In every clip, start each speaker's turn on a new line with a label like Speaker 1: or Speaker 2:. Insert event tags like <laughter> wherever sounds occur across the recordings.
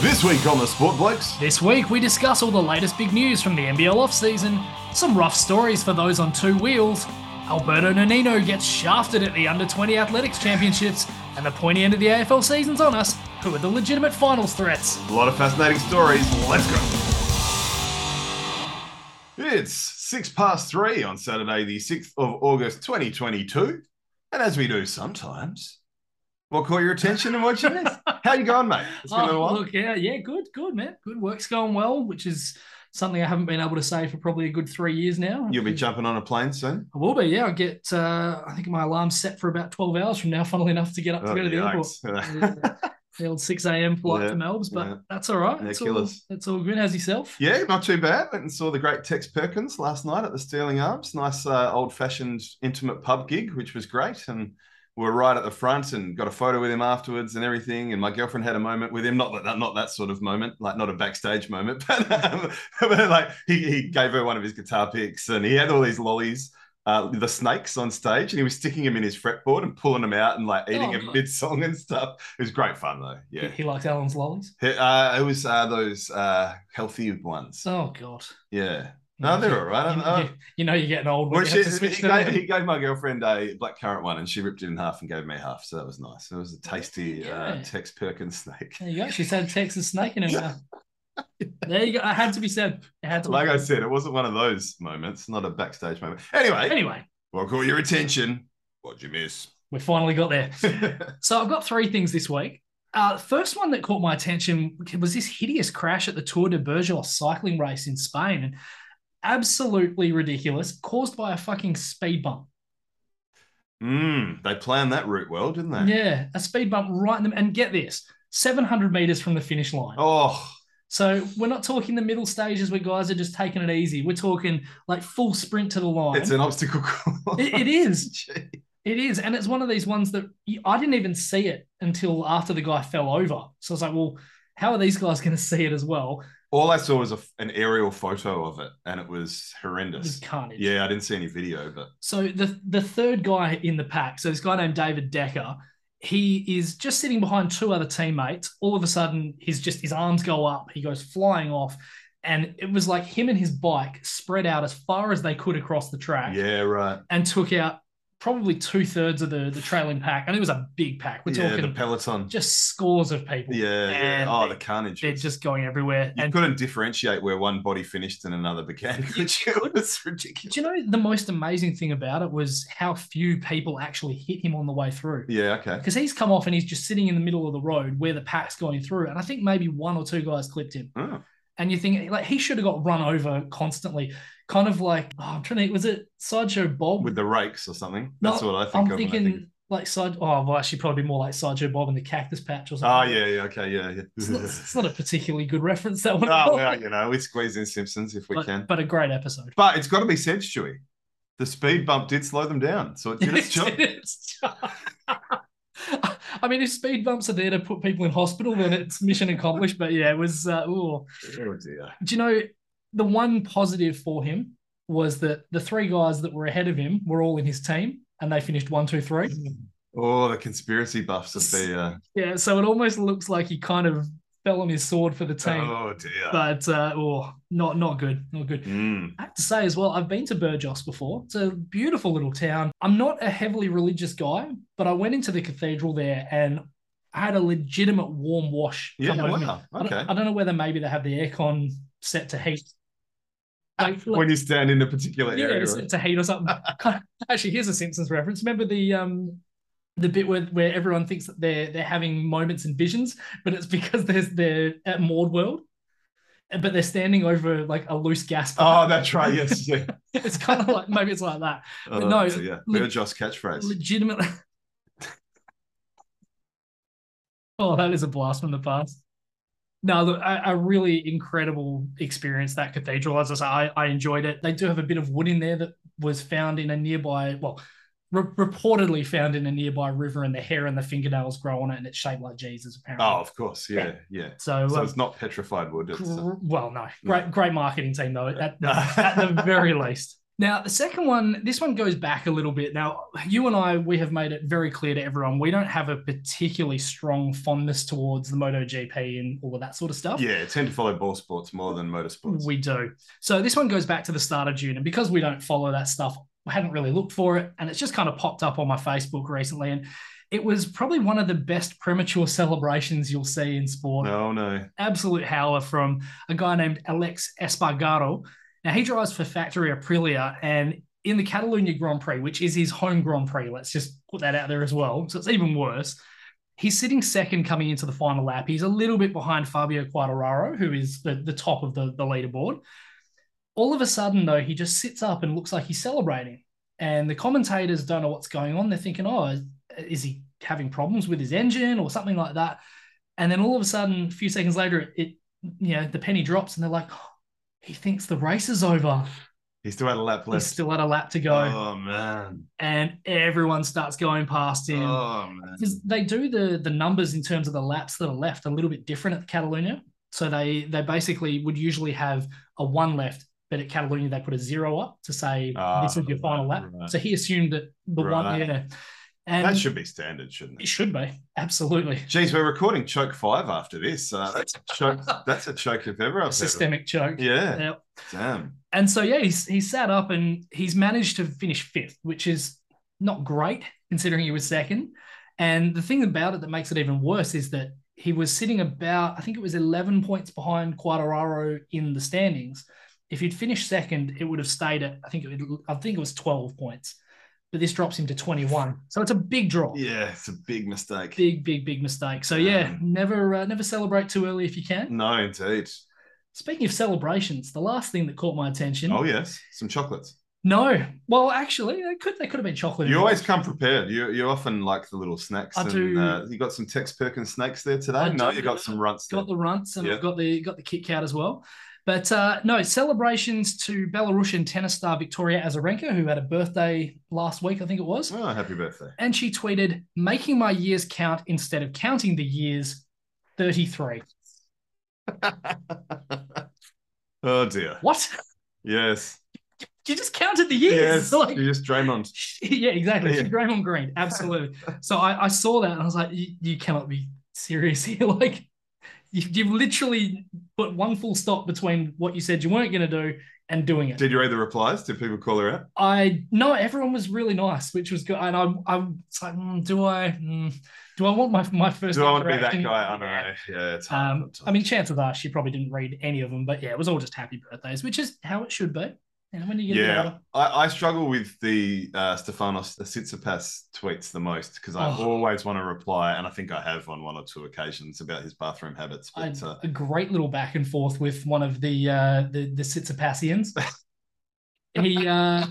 Speaker 1: This week on the Sportblokes,
Speaker 2: This week, we discuss all the latest big news from the NBL offseason, some rough stories for those on two wheels, Alberto Nonino gets shafted at the Under 20 Athletics Championships, and the pointy end of the AFL season's on us. Who are the legitimate finals threats?
Speaker 1: a lot of fascinating stories. Let's go. It's six past three on Saturday, the 6th of August, 2022. And as we do sometimes, we'll call your attention and what you
Speaker 2: <laughs>
Speaker 1: missed. How you going, mate? It's been a
Speaker 2: Oh,
Speaker 1: while.
Speaker 2: look, yeah, yeah, good, good, man. Good work's going well, which is something I haven't been able to say for probably a good three years now.
Speaker 1: You'll be jumping on a plane soon.
Speaker 2: I will be, yeah. I get, uh, I think my alarm's set for about 12 hours from now, funnily enough, to get up to
Speaker 1: Oh,
Speaker 2: go to the airport.
Speaker 1: yikes. <laughs>
Speaker 2: Yeah. the old 6 a.m. flight
Speaker 1: Yeah,
Speaker 2: to Melbs, but
Speaker 1: yeah.
Speaker 2: that's all right.
Speaker 1: Yeah,
Speaker 2: That's all,
Speaker 1: killers.
Speaker 2: that's all good. How's yourself?
Speaker 1: Yeah, not too bad. Went and saw the great Tex Perkins last night at the Steeling Arms. Nice uh, old fashioned intimate pub gig, which was great. And we were right at the front and got a photo with him afterwards and everything. And my girlfriend had a moment with him. Not that not that sort of moment, like not a backstage moment, <laughs> but, um, but like he, he gave her one of his guitar picks and he had all these lollies. Uh, the snakes on stage, and he was sticking them in his fretboard and pulling them out and like eating
Speaker 2: Oh,
Speaker 1: them
Speaker 2: nice.
Speaker 1: mid song and stuff. It was great fun though.
Speaker 2: He-
Speaker 1: Yeah,
Speaker 2: <laughs> He, liked Alan's lollies.
Speaker 1: uh, it was uh, those uh, healthy ones.
Speaker 2: Oh, God.
Speaker 1: Yeah. No, they're all right.
Speaker 2: You,
Speaker 1: I- I-
Speaker 2: you- you know you're getting old.
Speaker 1: Well,
Speaker 2: When you
Speaker 1: she,
Speaker 2: have to
Speaker 1: he,
Speaker 2: switch
Speaker 1: he
Speaker 2: them
Speaker 1: gave,
Speaker 2: in.
Speaker 1: he gave my girlfriend a blackcurrant one and she ripped it in half and gave me half. So that was nice. It was a tasty uh,
Speaker 2: Yeah.
Speaker 1: Tex Perkins snake.
Speaker 2: There you go. She's had a Texas snake in her mouth. There you go. It had to be said. It had to be
Speaker 1: <laughs> Like I
Speaker 2: said.
Speaker 1: said, it wasn't one of those moments, not a backstage moment. Anyway,
Speaker 2: Anyway,
Speaker 1: we'll call your attention. What'd you
Speaker 2: <laughs>
Speaker 1: miss?
Speaker 2: we finally
Speaker 1: <laughs>
Speaker 2: got there.
Speaker 1: yeah,
Speaker 2: So I've got three things this week. Uh, first one that caught my attention was this hideous crash at the Tour de Bergerac cycling race in Spain, and absolutely ridiculous, caused by a fucking speed bump.
Speaker 1: mm, they planned that route well, didn't they?
Speaker 2: Yeah, a speed bump right in them, and get this, 700 meters from the finish line.
Speaker 1: Oh,
Speaker 2: So we're not talking the middle stages where guys are just taking it easy. We're talking like full sprint to the line.
Speaker 1: it's an obstacle course.
Speaker 2: It- it is. It is, and it's one of these ones that you- I didn't even see it until after the guy fell over. So I was like, well, how are these guys going to see it as well?
Speaker 1: <laughs> All I saw was a, an aerial photo of it and it was
Speaker 2: It was
Speaker 1: horrendous.
Speaker 2: carnage.
Speaker 1: Yeah, I didn't see any video, but
Speaker 2: So the the third guy in the pack, so this guy named David Decker, he is just sitting behind two other teammates. All of a sudden, he's just his arms go up, he goes flying off, and it was like him and his bike spread out as far as they could across the track,
Speaker 1: yeah, right.
Speaker 2: and took out probably two thirds of the the trailing pack, and it was a big pack. We're
Speaker 1: yeah, the
Speaker 2: talking
Speaker 1: peloton.
Speaker 2: just scores of people.
Speaker 1: yeah, yeah.
Speaker 2: and
Speaker 1: Oh,
Speaker 2: they-
Speaker 1: the carnage.
Speaker 2: They're
Speaker 1: was-
Speaker 2: just going everywhere.
Speaker 1: you
Speaker 2: and
Speaker 1: couldn't differentiate where one body finished and another began. <laughs> Could you? It was ridiculous.
Speaker 2: do you know the most amazing thing about it was how few people actually hit him on the way through?
Speaker 1: Yeah. Okay.
Speaker 2: Because he's come off and he's just sitting in the middle of the road where the pack's going through. And I think maybe one or two guys clipped him.
Speaker 1: Oh.
Speaker 2: And you think like he should have got run over constantly. Kind of like oh, I'm trying to think, was it sideshow Bob?
Speaker 1: With the rakes or something.
Speaker 2: No,
Speaker 1: That's what I think
Speaker 2: I'm
Speaker 1: of. when I
Speaker 2: thinking
Speaker 1: think-
Speaker 2: like side oh well, actually probably more like sideshow Bob and the cactus patch or
Speaker 1: Oh,
Speaker 2: something.
Speaker 1: yeah. yeah okay. Yeah.
Speaker 2: <laughs>
Speaker 1: yeah. <laughs>
Speaker 2: It's not, it's not a particularly good reference that one.
Speaker 1: oh,
Speaker 2: <laughs>
Speaker 1: well, you know, we squeeze in Simpsons if we
Speaker 2: but,
Speaker 1: can.
Speaker 2: but a great episode.
Speaker 1: But it's got to be said, Stewie. The speed bump did slow them down. So
Speaker 2: <laughs>
Speaker 1: it did its job.
Speaker 2: It's- <laughs> I mean, if speed bumps are there to put people in hospital, then it's mission accomplished. But yeah, it was. Uh, ooh.
Speaker 1: Oh, dear.
Speaker 2: Do you know the one positive for him was that the three guys that were ahead of him were all in his team, and they finished one, two, three.
Speaker 1: <laughs> Oh, the conspiracy buffs of the. Uh,
Speaker 2: Yeah, so it almost looks like he kind of fell on his sword for the team.
Speaker 1: oh, dear.
Speaker 2: But uh, oh, not not good, not good.
Speaker 1: Mm.
Speaker 2: I have to say as well, I've been to Burgos before. It's a beautiful little town. I'm not a heavily religious guy, but I went into the cathedral there and I had a legitimate warm wash.
Speaker 1: Yeah.
Speaker 2: come over me.
Speaker 1: Wow.
Speaker 2: I don't-
Speaker 1: Okay.
Speaker 2: I don't know whether maybe they have the aircon set to heat. Like,
Speaker 1: Ah, When you stand in a particular
Speaker 2: yeah,
Speaker 1: area.
Speaker 2: it's,
Speaker 1: right?
Speaker 2: it's a heat
Speaker 1: <laughs>
Speaker 2: or something. Actually, here's a Simpsons reference. Remember the um the bit where, where everyone thinks that they're they're having moments and visions, but it's because there's they're at Maud World, but they're standing over like a loose gas.
Speaker 1: Oh,
Speaker 2: pipe.
Speaker 1: that's right. Yes. Yeah.
Speaker 2: <laughs> it's kind of like maybe it's like that.
Speaker 1: Oh,
Speaker 2: no,
Speaker 1: yeah.
Speaker 2: le-
Speaker 1: Burgos catchphrase.
Speaker 2: Legitimately. <laughs> oh, that is a blast from the past. No, look, a, a really incredible experience that cathedral. As I say, I, I enjoyed it. They do have a bit of wood in there that was found in a nearby, well, re- reportedly found in a nearby river, and the hair and the fingernails grow on it, and it's shaped like Jesus, apparently.
Speaker 1: Oh, of course, yeah, yeah.
Speaker 2: so,
Speaker 1: So
Speaker 2: um,
Speaker 1: it's not petrified wood. It's, uh,
Speaker 2: gr- well, no,
Speaker 1: No.
Speaker 2: great, great marketing team though. At, at the very least, Now, the second one, this one goes back a little bit. Now, you and I, we have made it very clear to everyone we don't have a particularly strong fondness towards the MotoGP and all of that sort of stuff.
Speaker 1: Yeah, tend to follow ball sports more than motorsports.
Speaker 2: We do. So this one goes back to the start of June. And because we don't follow that stuff, I hadn't really looked for it. And it's just kind of popped up on my Facebook recently. And it was probably one of the best premature <laughs> celebrations you'll see in sport.
Speaker 1: no, no.
Speaker 2: Absolute howler from a guy named Alex Espargaro. Now he drives for Factory Aprilia and in the Catalunya Grand Prix, which is his home Grand Prix, let's just put that out there as well. So it's even worse. He's sitting second coming into the final lap. He's a little bit behind Fabio Quartararo, who is the, the top of the, the leaderboard. All of a sudden, though, he just sits up and looks like he's celebrating. And the commentators don't know what's going on. They're thinking, oh, is, is he having problems with his engine or something like that? And then all of a sudden, a few seconds later, it, you know, the penny drops and they're like, "Oh, he thinks the race is over.
Speaker 1: He still had a lap
Speaker 2: He's
Speaker 1: left.
Speaker 2: still had a lap to go,
Speaker 1: Oh man.
Speaker 2: and everyone starts going past him
Speaker 1: Oh man.
Speaker 2: because they do the the numbers in terms of the laps that are left a little bit different at the Catalunya. So they they basically would usually have a one left, but at Catalunya they put a zero up to say
Speaker 1: Ah,
Speaker 2: this is your final lap.
Speaker 1: right.
Speaker 2: So he assumed that the one
Speaker 1: Right.
Speaker 2: yeah, and
Speaker 1: That should be standard, shouldn't
Speaker 2: it
Speaker 1: it?
Speaker 2: should be absolutely
Speaker 1: Jeez, we're recording choke five after this. Uh, that's a
Speaker 2: <laughs>
Speaker 1: choke. That's a choke if ever. I've heard of.
Speaker 2: systemic choke.
Speaker 1: Yeah.
Speaker 2: Yep.
Speaker 1: Damn.
Speaker 2: and so yeah, he's he sat up and he's managed to finish fifth, which is not great considering he was second. And the thing about it that makes it even worse is that he was sitting about, I think it was 11 points behind Quadraro in the standings. If he'd finished second, it would have stayed at, I think it would, I think it was 12 points, but this drops him to 21. So it's a big drop.
Speaker 1: Yeah, it's a big mistake.
Speaker 2: Big, big, big mistake. So yeah, never, uh, never celebrate too early if you can.
Speaker 1: No, indeed.
Speaker 2: Speaking of celebrations, the last thing that caught my attention.
Speaker 1: Oh yes, some chocolates.
Speaker 2: No. Well, actually, they could they could have been chocolate.
Speaker 1: You
Speaker 2: involved.
Speaker 1: always come prepared. You you often like the little snacks.
Speaker 2: I
Speaker 1: and,
Speaker 2: do.
Speaker 1: Uh, you got some Tex Perkins snacks there today.
Speaker 2: I
Speaker 1: no,
Speaker 2: do.
Speaker 1: you got some runts. There.
Speaker 2: got the runts and I've
Speaker 1: Yeah.
Speaker 2: got the got the Kit Kat as well. But uh, no, celebrations to Belarusian tennis star Victoria Azarenka, who had a birthday last week, I think it was.
Speaker 1: Oh, happy birthday.
Speaker 2: And she tweeted, making my years count instead of counting the years 33.
Speaker 1: oh dear.
Speaker 2: What?
Speaker 1: Yes.
Speaker 2: You just counted the
Speaker 1: Yes.
Speaker 2: years. <laughs> Like,
Speaker 1: you just Draymond.
Speaker 2: <laughs> yeah, exactly.
Speaker 1: Yeah.
Speaker 2: She's Draymond Green.
Speaker 1: <laughs>
Speaker 2: Absolutely. so I, I saw that and I was like, you, you cannot be serious <laughs> here. like, you, you've literally put one full stop between what you said you weren't going to do and doing it.
Speaker 1: Did you read the replies? Did people call her out?
Speaker 2: I no, everyone was really nice, which was good. And I, I was like, mm, do I, mm, do I want my my first?
Speaker 1: Do I want to be that
Speaker 2: interaction?
Speaker 1: guy? I don't know. Yeah, it's hard.
Speaker 2: Um, I
Speaker 1: sometimes.
Speaker 2: mean, chances are she probably didn't read any of them, but yeah, it was all just happy birthdays, which is how it should be. And when you get
Speaker 1: Yeah.
Speaker 2: older,
Speaker 1: I, I struggle with the uh, Stefanos Tsitsipas tweets the most because I
Speaker 2: Oh.
Speaker 1: always want to reply, and I think I have on one or two occasions about his bathroom habits.
Speaker 2: I
Speaker 1: But uh,
Speaker 2: a great little back and forth with one of the uh, the
Speaker 1: <laughs>
Speaker 2: the Sitsipassians. he, uh,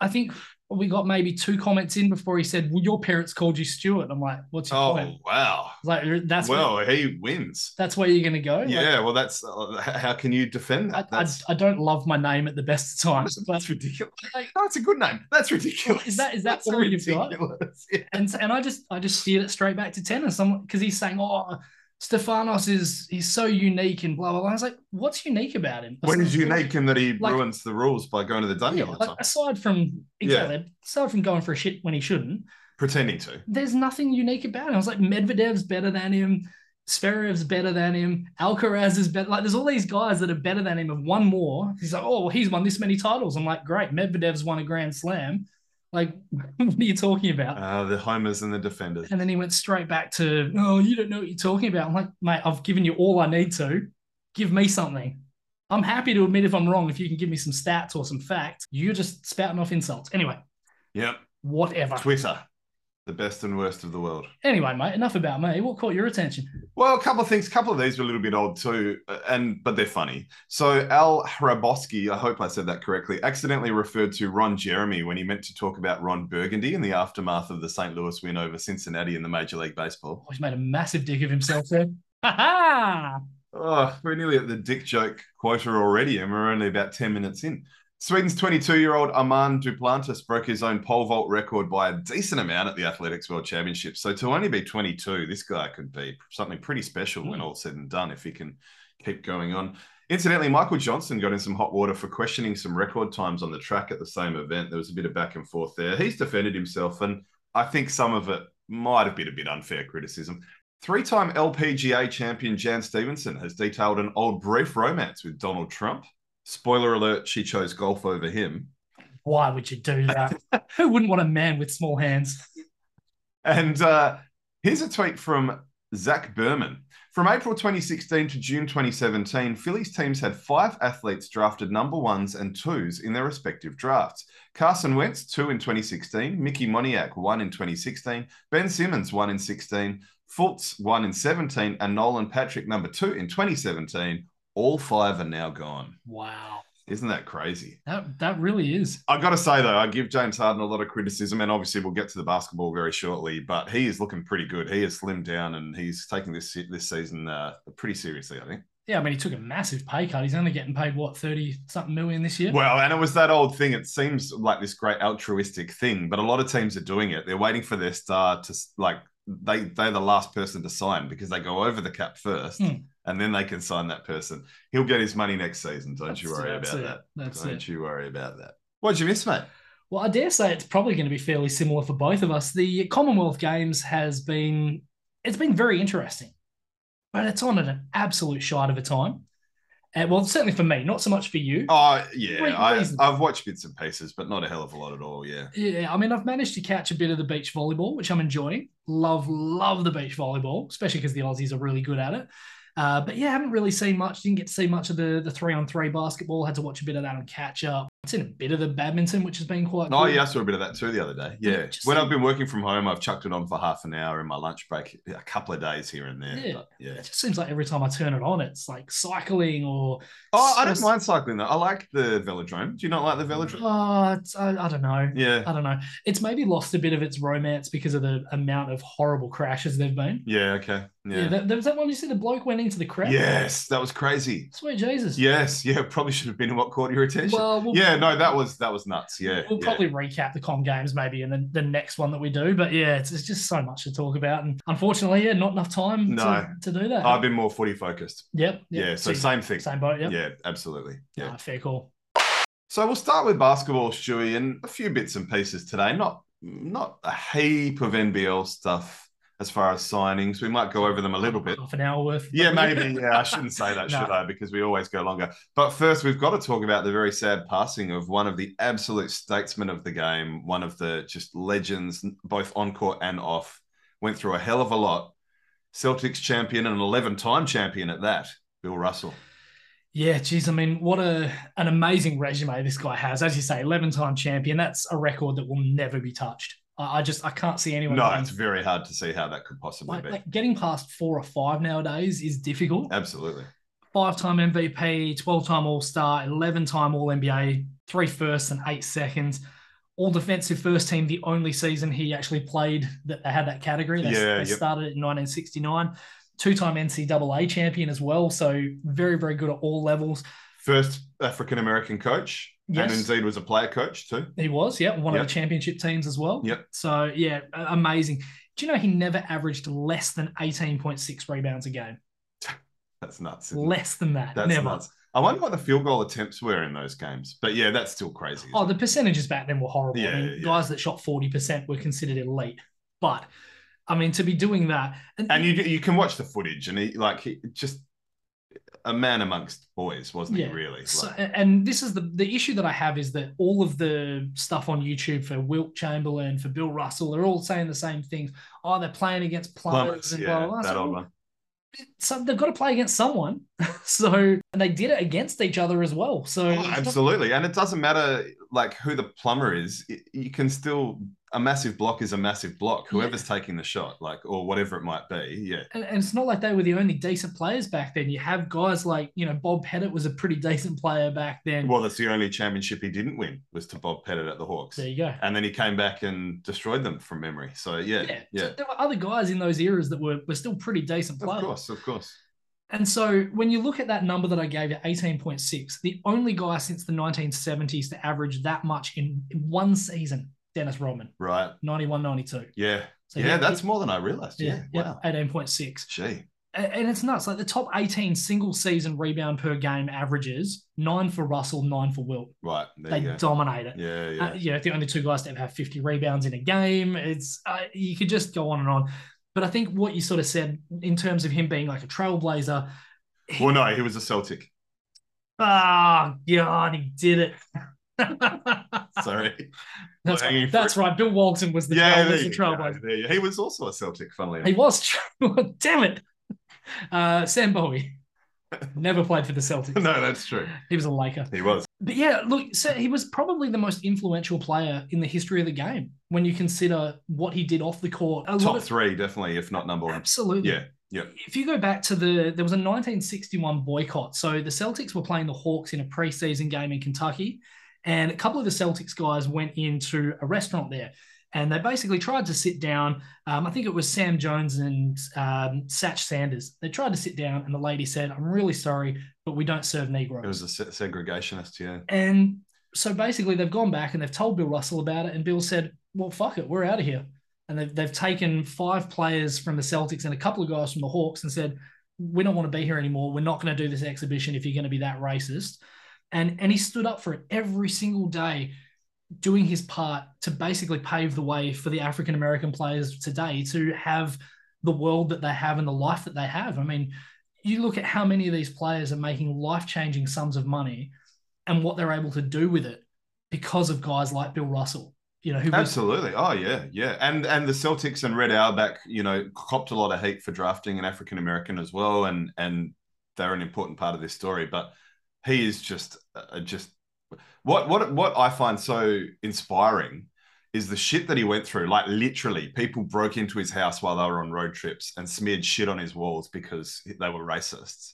Speaker 2: I think we got maybe two comments in before he said, "Well, your parents called you Stuart." I'm like, "What's your
Speaker 1: oh
Speaker 2: point?"
Speaker 1: wow,
Speaker 2: Like that's
Speaker 1: well he wins.
Speaker 2: that's where you're gonna go. Like,
Speaker 1: Yeah, well that's uh, how can you defend
Speaker 2: I,
Speaker 1: that?
Speaker 2: I,
Speaker 1: That's
Speaker 2: I don't love my name at the best
Speaker 1: <laughs>
Speaker 2: of times, but
Speaker 1: that's ridiculous.
Speaker 2: like-
Speaker 1: That's a good name. That's ridiculous. <laughs>
Speaker 2: Is that- is that
Speaker 1: That's
Speaker 2: all you've got?
Speaker 1: ridiculous. Yeah.
Speaker 2: and and I just I just steered it straight back to tennis. I'm because he's saying, oh, Stefanos is he's so unique and blah blah. blah. I was like, what's unique about him?
Speaker 1: When is unique in that he
Speaker 2: Like-
Speaker 1: ruins the rules by going to the dungeon all the time,
Speaker 2: Like, aside from
Speaker 1: Yeah.
Speaker 2: exactly, aside from going for a shit when he shouldn't,
Speaker 1: pretending to.
Speaker 2: there's nothing unique about him. I was like, Medvedev's better than him. Zverev's better than him. Alcaraz is better. Like, there's all these guys that are better than him and one more. He's like, oh, well, he's won this many titles. I'm like, great. Medvedev's won a Grand Slam. Like, <laughs> what are you talking about?
Speaker 1: Uh, the homers and the defenders.
Speaker 2: And then he went straight back to, oh, you don't know what you're talking about. I'm like, mate, I've given you all I need to. Give me something. I'm happy to admit if I'm wrong if you can give me some stats or some facts. You're just spouting off insults. Anyway,
Speaker 1: Yep.
Speaker 2: whatever.
Speaker 1: Twitter, the best and worst of the world.
Speaker 2: Anyway, mate, enough about me. What caught your attention? Oh,
Speaker 1: Well, a couple of things. A couple of these were a little bit old too, uh, and but they're funny. So Al Hraboski, I hope I said that correctly, accidentally referred to Ron Jeremy when he meant to talk about Ron Burgundy in the aftermath of the St. Louis win over Cincinnati in the Major League Baseball.
Speaker 2: Oh, he's made a massive dick of himself there. <laughs> Ha ha!
Speaker 1: Oh, we're nearly at the dick joke quota already, and we're only about ten minutes in. Sweden's 22 year old Armand Duplantis broke his own pole vault record by a decent amount at the Athletics World Championships. So to only be 22, this guy could be something pretty special when all said and done if he can keep going on. Incidentally, Michael Johnson got in some hot water for questioning some record times on the track at the same event. There was a bit of back and forth there. He's defended himself, and I think some of it might have been a bit unfair criticism. Three time LPGA champion Jan Stevenson has detailed an old brief romance with Donald Trump spoiler alert, she chose golf over him.
Speaker 2: Why would you
Speaker 1: <laughs>
Speaker 2: do that? Who wouldn't want a man with small hands?
Speaker 1: And uh, here's a tweet from Zach Berman. From April 2016 to June 2017, Phillies teams had five athletes drafted number ones and twos in their respective drafts. Carson Wentz, two in 2016, Mickey Moniak, one in 2016, Ben Simmons, one in 16, Fultz, one in 17, and Nolan Patrick, number two in 2017, all five are now gone.
Speaker 2: Wow.
Speaker 1: Isn't that crazy?
Speaker 2: That that really is.
Speaker 1: I got to say though, I give James Harden a lot of criticism, and obviously we'll get to the basketball very shortly. But he is looking pretty good. He has slimmed down, and he's taking this this season uh, pretty seriously. I think.
Speaker 2: Yeah, I mean, he took a massive pay cut. He's only getting paid what thirty something million this year.
Speaker 1: Well, and it was that old thing. It seems like this great altruistic thing, but a lot of teams are doing it. They're waiting for their star to like they they're the last person to sign because they go over the cap first.
Speaker 2: Hmm.
Speaker 1: Mm and then they can sign that person. He'll get his money next season. Don't that's, you worry about
Speaker 2: it.
Speaker 1: that.
Speaker 2: That's
Speaker 1: Don't
Speaker 2: it.
Speaker 1: you worry about that. What'd you miss, mate?
Speaker 2: Well, I dare say it's probably going to be fairly similar for both of us. The Commonwealth Games has been it's been very interesting, but it's on at an absolute shite of a time. And well, certainly for me, not so much for you.
Speaker 1: Oh yeah, Re- I, I've watched bits and pieces, but not a hell of a lot at all. Yeah.
Speaker 2: Yeah, I mean, I've managed to catch a bit of the beach volleyball, which I'm enjoying. Love, love the beach volleyball, especially because the Aussies are really good at it. Uh, but yeah, I haven't really seen much. Didn't get to see much of the the three on three basketball. Had to watch a bit of that on catch up. I've seen a bit of the badminton, which has been quite.
Speaker 1: Oh
Speaker 2: good.
Speaker 1: yeah, I saw a bit of that too the other day. Yeah,
Speaker 2: Just
Speaker 1: when
Speaker 2: see-
Speaker 1: I've been working from home, I've chucked it on for half an hour in my lunch break, a couple of days here and there.
Speaker 2: Yeah.
Speaker 1: but yeah.
Speaker 2: It just seems like every time I turn it on, it's like cycling or.
Speaker 1: Oh, I don't
Speaker 2: Just-
Speaker 1: mind cycling though. I like the velodrome. Do you not like the velodrome?
Speaker 2: Oh, it's, I, I don't know.
Speaker 1: Yeah,
Speaker 2: I don't know. It's maybe lost a bit of its romance because of the amount of horrible crashes there've been.
Speaker 1: yeah, okay,
Speaker 2: Yeah,
Speaker 1: yeah.
Speaker 2: that, there was that one you see the bloke went into the crowd.
Speaker 1: yes, that was crazy.
Speaker 2: Sweet Jesus.
Speaker 1: Yes, yeah, probably should have been in what caught your attention.
Speaker 2: Well, we'll
Speaker 1: yeah, no, that was that was nuts. Yeah,
Speaker 2: we'll
Speaker 1: yeah.
Speaker 2: probably recap the com games maybe in the, the next one that we do but yeah it's, it's just so much to talk about and unfortunately yeah not enough time
Speaker 1: No.
Speaker 2: to, to do that
Speaker 1: I've been more footy focused.
Speaker 2: yep, yep.
Speaker 1: Yeah, so
Speaker 2: you-
Speaker 1: same thing.
Speaker 2: same boat yep.
Speaker 1: Yeah, absolutely. Yeah.
Speaker 2: Ah, fair call
Speaker 1: So we'll start with basketball, Stewie, and a few bits and pieces today. Not not a heap of NBL stuff as far as signings. We might go over them a little bit.
Speaker 2: half an hour worth
Speaker 1: Yeah, maybe. Yeah, I shouldn't say that,
Speaker 2: No.
Speaker 1: should I? Because we always go longer. But first, we've got to talk about the very sad passing of one of the absolute statesmen of the game, one of the just legends, both on court and off. Went through a hell of a lot. Celtics champion and an 11 time champion at that, Bill Russell.
Speaker 2: <laughs> yeah geez i mean what a an amazing resume this guy has as you say 11 time champion that's a record that will never be touched i, I just i can't see anyone
Speaker 1: No,
Speaker 2: getting-
Speaker 1: it's very hard to see how that could possibly
Speaker 2: like,
Speaker 1: be.
Speaker 2: like getting past four or five nowadays is difficult
Speaker 1: Absolutely.
Speaker 2: five time MVP, 12 time All Star, 11 time All NBA, three firsts and eight seconds. All defensive first team, the only season he actually played that they had that category. They,
Speaker 1: Yeah,
Speaker 2: they
Speaker 1: yep.
Speaker 2: started it in 1969. Two time NCAA champion as well. So very, very good at all levels.
Speaker 1: First African American coach,
Speaker 2: Yes.
Speaker 1: and indeed was a player coach too.
Speaker 2: He was, yeah, one
Speaker 1: Yep.
Speaker 2: of the championship teams as well.
Speaker 1: Yep.
Speaker 2: So, yeah, a- amazing. Do you know he never averaged less than 18.6 rebounds a game?
Speaker 1: That's nuts. isn't it?
Speaker 2: Less than that.
Speaker 1: That's
Speaker 2: never.
Speaker 1: nuts. I wonder what the field goal attempts were in those games. But yeah, that's still crazy. isn't
Speaker 2: Oh,
Speaker 1: it?
Speaker 2: the percentages back then were horrible.
Speaker 1: Yeah,
Speaker 2: I mean,
Speaker 1: yeah, yeah.
Speaker 2: guys that shot 40% were considered elite. But I mean, to be doing that, and,
Speaker 1: and you you can watch the footage, and he like he just a man amongst boys, wasn't
Speaker 2: Yeah.
Speaker 1: he? Really.
Speaker 2: so,
Speaker 1: Like,
Speaker 2: and this is the, the issue that I have is that all of the stuff on YouTube for Wilt Chamberlain, for Bill Russell, they're all saying the same things. Oh, they're playing against plumbers
Speaker 1: plumbers,
Speaker 2: and
Speaker 1: yeah,
Speaker 2: blah, blah, blah.
Speaker 1: that
Speaker 2: So,
Speaker 1: old one.
Speaker 2: so they've got to play against someone. <laughs> so, and they did it against each other as well. So,
Speaker 1: Oh,
Speaker 2: it's not-
Speaker 1: absolutely, and it doesn't matter like who the plumber is. y- You can still a massive block is a massive block.
Speaker 2: Yeah.
Speaker 1: Whoever's taking the shot, like or whatever it might be, yeah.
Speaker 2: and, and it's not like they were the only decent players back then. You have guys like, you know, Bob Pettit was a pretty decent player back then.
Speaker 1: Well, that's the only championship he didn't win was to Bob Pettit at the Hawks,
Speaker 2: there you go.
Speaker 1: and then he came back and destroyed them from memory. So yeah,
Speaker 2: yeah,
Speaker 1: yeah,
Speaker 2: So there were other guys in those eras that were, were still pretty decent
Speaker 1: of
Speaker 2: players.
Speaker 1: course, of course.
Speaker 2: And so when you look at that number that I gave you, 18.6, the only guy since the 1970s to average that much in one season, Dennis Rodman,
Speaker 1: Right.
Speaker 2: 91 92.
Speaker 1: Yeah.
Speaker 2: So
Speaker 1: yeah,
Speaker 2: he-
Speaker 1: that's more than I realized. Yeah. Wow.
Speaker 2: 18.6.
Speaker 1: Gee.
Speaker 2: A- And it's nuts. Like the top 18 single season rebound per game averages, nine for Russell, nine for Wilt.
Speaker 1: Right. There
Speaker 2: They
Speaker 1: you go.
Speaker 2: dominate it.
Speaker 1: Yeah. Yeah.
Speaker 2: Uh, you know, the only two guys to ever have 50 rebounds in a game. It's uh, you could just go on and on. But I think what you sort of said in terms of him being like a trailblazer,
Speaker 1: <laughs> well, no, he was a Celtic.
Speaker 2: ah, God, he did it. <laughs>
Speaker 1: Sorry.
Speaker 2: that's,
Speaker 1: hanging
Speaker 2: right. that's right. Bill Walton was the,
Speaker 1: yeah.
Speaker 2: trail,
Speaker 1: There
Speaker 2: was the
Speaker 1: you go.
Speaker 2: trailblazer.
Speaker 1: There you- He was also a Celtic, funnily
Speaker 2: He
Speaker 1: enough.
Speaker 2: was. <laughs> trail- Damn it. Uh,
Speaker 1: <laughs>
Speaker 2: Sam Bowie never played for the Celtics.
Speaker 1: no, that's true.
Speaker 2: He was a Laker.
Speaker 1: He was.
Speaker 2: But yeah, look, so he was probably the most influential player in the history of the game when you consider what he did off the court. A lot
Speaker 1: Top
Speaker 2: of-
Speaker 1: three, definitely, if not number one.
Speaker 2: Absolutely.
Speaker 1: Yeah, yeah.
Speaker 2: If you go back to the, there was a 1961 boycott. So the Celtics were playing the Hawks in a preseason game in Kentucky, and a couple of the Celtics guys went into a restaurant there, and they basically tried to sit down. Um, I think it was Sam Jones and um, Satch Sanders. They tried to sit down, and the lady said, "I'm really sorry, but we don't serve Negroes."
Speaker 1: It was a se- segregationist, yeah.
Speaker 2: And so basically, they've gone back and they've told Bill Russell about it. And Bill said, Well, fuck it, we're out of here. And they've, they've taken five players from the Celtics and a couple of guys from the Hawks and said, We don't want to be here anymore. We're not going to do this exhibition if you're going to be that racist. And, and he stood up for it every single day, doing his part to basically pave the way for the African American players today to have the world that they have and the life that they have. I mean, you look at how many of these players are making life changing sums of money and what they're able to do with it because of guys like Bill Russell, you know, who was
Speaker 1: Absolutely. Oh yeah, yeah. And and the Celtics and Red Auerbach, you know, copped a lot of heat for drafting an African American as well, and and they're an important part of this story. But he is just uh, just what what what I find so inspiring is the shit that he went through. Like literally, people broke into his house while they were on road trips and smeared shit on his walls because they were racists.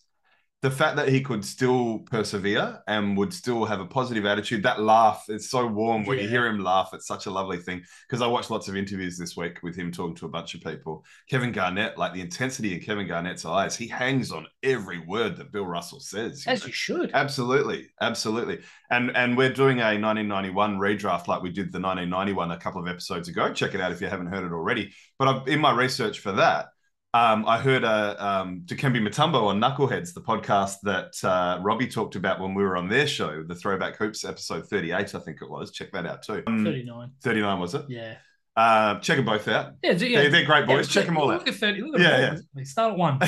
Speaker 1: The fact that he could still persevere and would still have a positive attitude, that laugh, it's so warm when you
Speaker 2: Yeah.
Speaker 1: hear him laugh. It's such a lovely thing. Because I watched lots of interviews this week with him talking to a bunch of people. Kevin Garnett, like the intensity in Kevin Garnett's eyes, he hangs on every word that Bill Russell says. you know?
Speaker 2: as you should.
Speaker 1: Absolutely, absolutely, and and we're doing a 1991 redraft like we did the 1991 a couple of episodes ago. Check it out if you haven't heard it already. But I've, in my research for that, um, I heard a um, Dikembe Mutombo on Knuckleheads, the podcast that uh, Robbie talked about when we were on their show, the Throwback Hoops episode 38, I think it was. Check that out too. Um,
Speaker 2: 39.
Speaker 1: 39 was it?
Speaker 2: Yeah.
Speaker 1: Uh, check them both out.
Speaker 2: Yeah. d-
Speaker 1: They're, they're great boys.
Speaker 2: Yeah,
Speaker 1: check them all out.
Speaker 2: Look at 30. Look at
Speaker 1: Yeah,
Speaker 2: all
Speaker 1: yeah.
Speaker 2: of them. They Start at
Speaker 1: <laughs>
Speaker 2: one.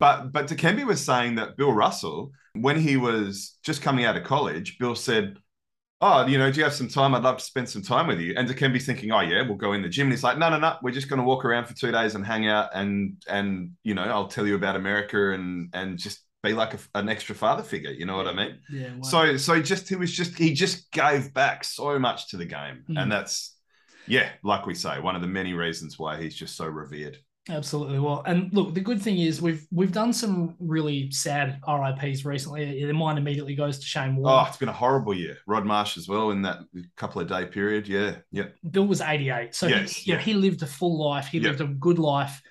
Speaker 1: but but Dikembe was saying that Bill Russell, when he was just coming out of college, Bill said, "Oh, you know, do you have some time? I'd love to spend some time with you." And Dikembe's thinking, "Oh yeah, we'll go in the gym." And he's like, "No, no, no, we're just going to walk around for two days and hang out, and and you know, I'll tell you about America and and just be like a, an extra father figure." You know what I mean?
Speaker 2: Yeah. Wow.
Speaker 1: So so just he was just he just gave back so much to the game,
Speaker 2: Mm.
Speaker 1: and that's yeah, like we say, one of the many reasons why he's just so revered.
Speaker 2: Absolutely. Well, and look, the good thing is we've we've done some really sad RIPs recently. Yeah, Mine immediately goes to Shane
Speaker 1: Oh,
Speaker 2: Warne.
Speaker 1: it's been a horrible year. Rod Marsh as well in that couple of day period. Yeah, yeah.
Speaker 2: Bill was 88. So
Speaker 1: Oh. Yes,
Speaker 2: he, you know, he lived a full life. He
Speaker 1: Yeah.
Speaker 2: lived a good life.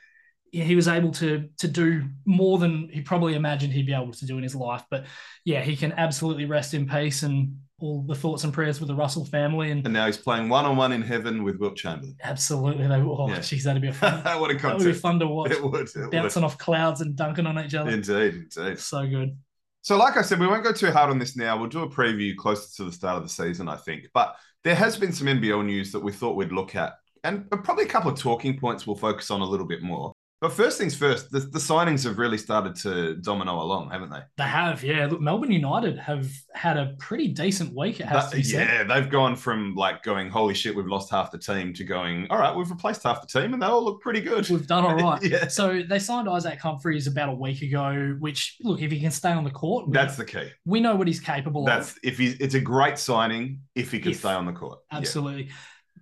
Speaker 2: Yeah, He was able to to do more than he probably imagined he'd be able to do in his life. But yeah, he can absolutely rest in peace and all the thoughts and prayers with the Russell family. And
Speaker 1: And now he's playing one on one in heaven with Wilt Chamberlain. <laughs>
Speaker 2: absolutely, they oh,
Speaker 1: Yeah.
Speaker 2: geez, that'd be
Speaker 1: <laughs>
Speaker 2: a fun,
Speaker 1: what a
Speaker 2: that would be
Speaker 1: concept!
Speaker 2: fun to watch,
Speaker 1: It would. It would.
Speaker 2: bouncing off clouds and dunking on each other.
Speaker 1: Indeed, indeed.
Speaker 2: So good.
Speaker 1: So, like I said, we won't go too hard on this now. We'll do a preview closer to the start of the season, I think. But there has been some NBL news that we thought we'd look at, and probably a couple of talking points we'll focus on a little bit more. But first things first, the, the signings have really started to domino along, haven't they?
Speaker 2: They have, yeah. Look, Melbourne United have had a pretty decent week. It has
Speaker 1: That-
Speaker 2: to be said.
Speaker 1: yeah, they've gone from like going, holy shit, we've lost half the team to going, all right, we've replaced half the team and they all look pretty good.
Speaker 2: We've done all right.
Speaker 1: <laughs> yeah,
Speaker 2: So they signed Isaac Humphries about a week ago, which look, if he can stay on the court, we,
Speaker 1: that's the key.
Speaker 2: we know what he's capable
Speaker 1: That's
Speaker 2: of.
Speaker 1: if he, it's a great signing if he can
Speaker 2: If.
Speaker 1: stay on the court. Yeah.
Speaker 2: Absolutely.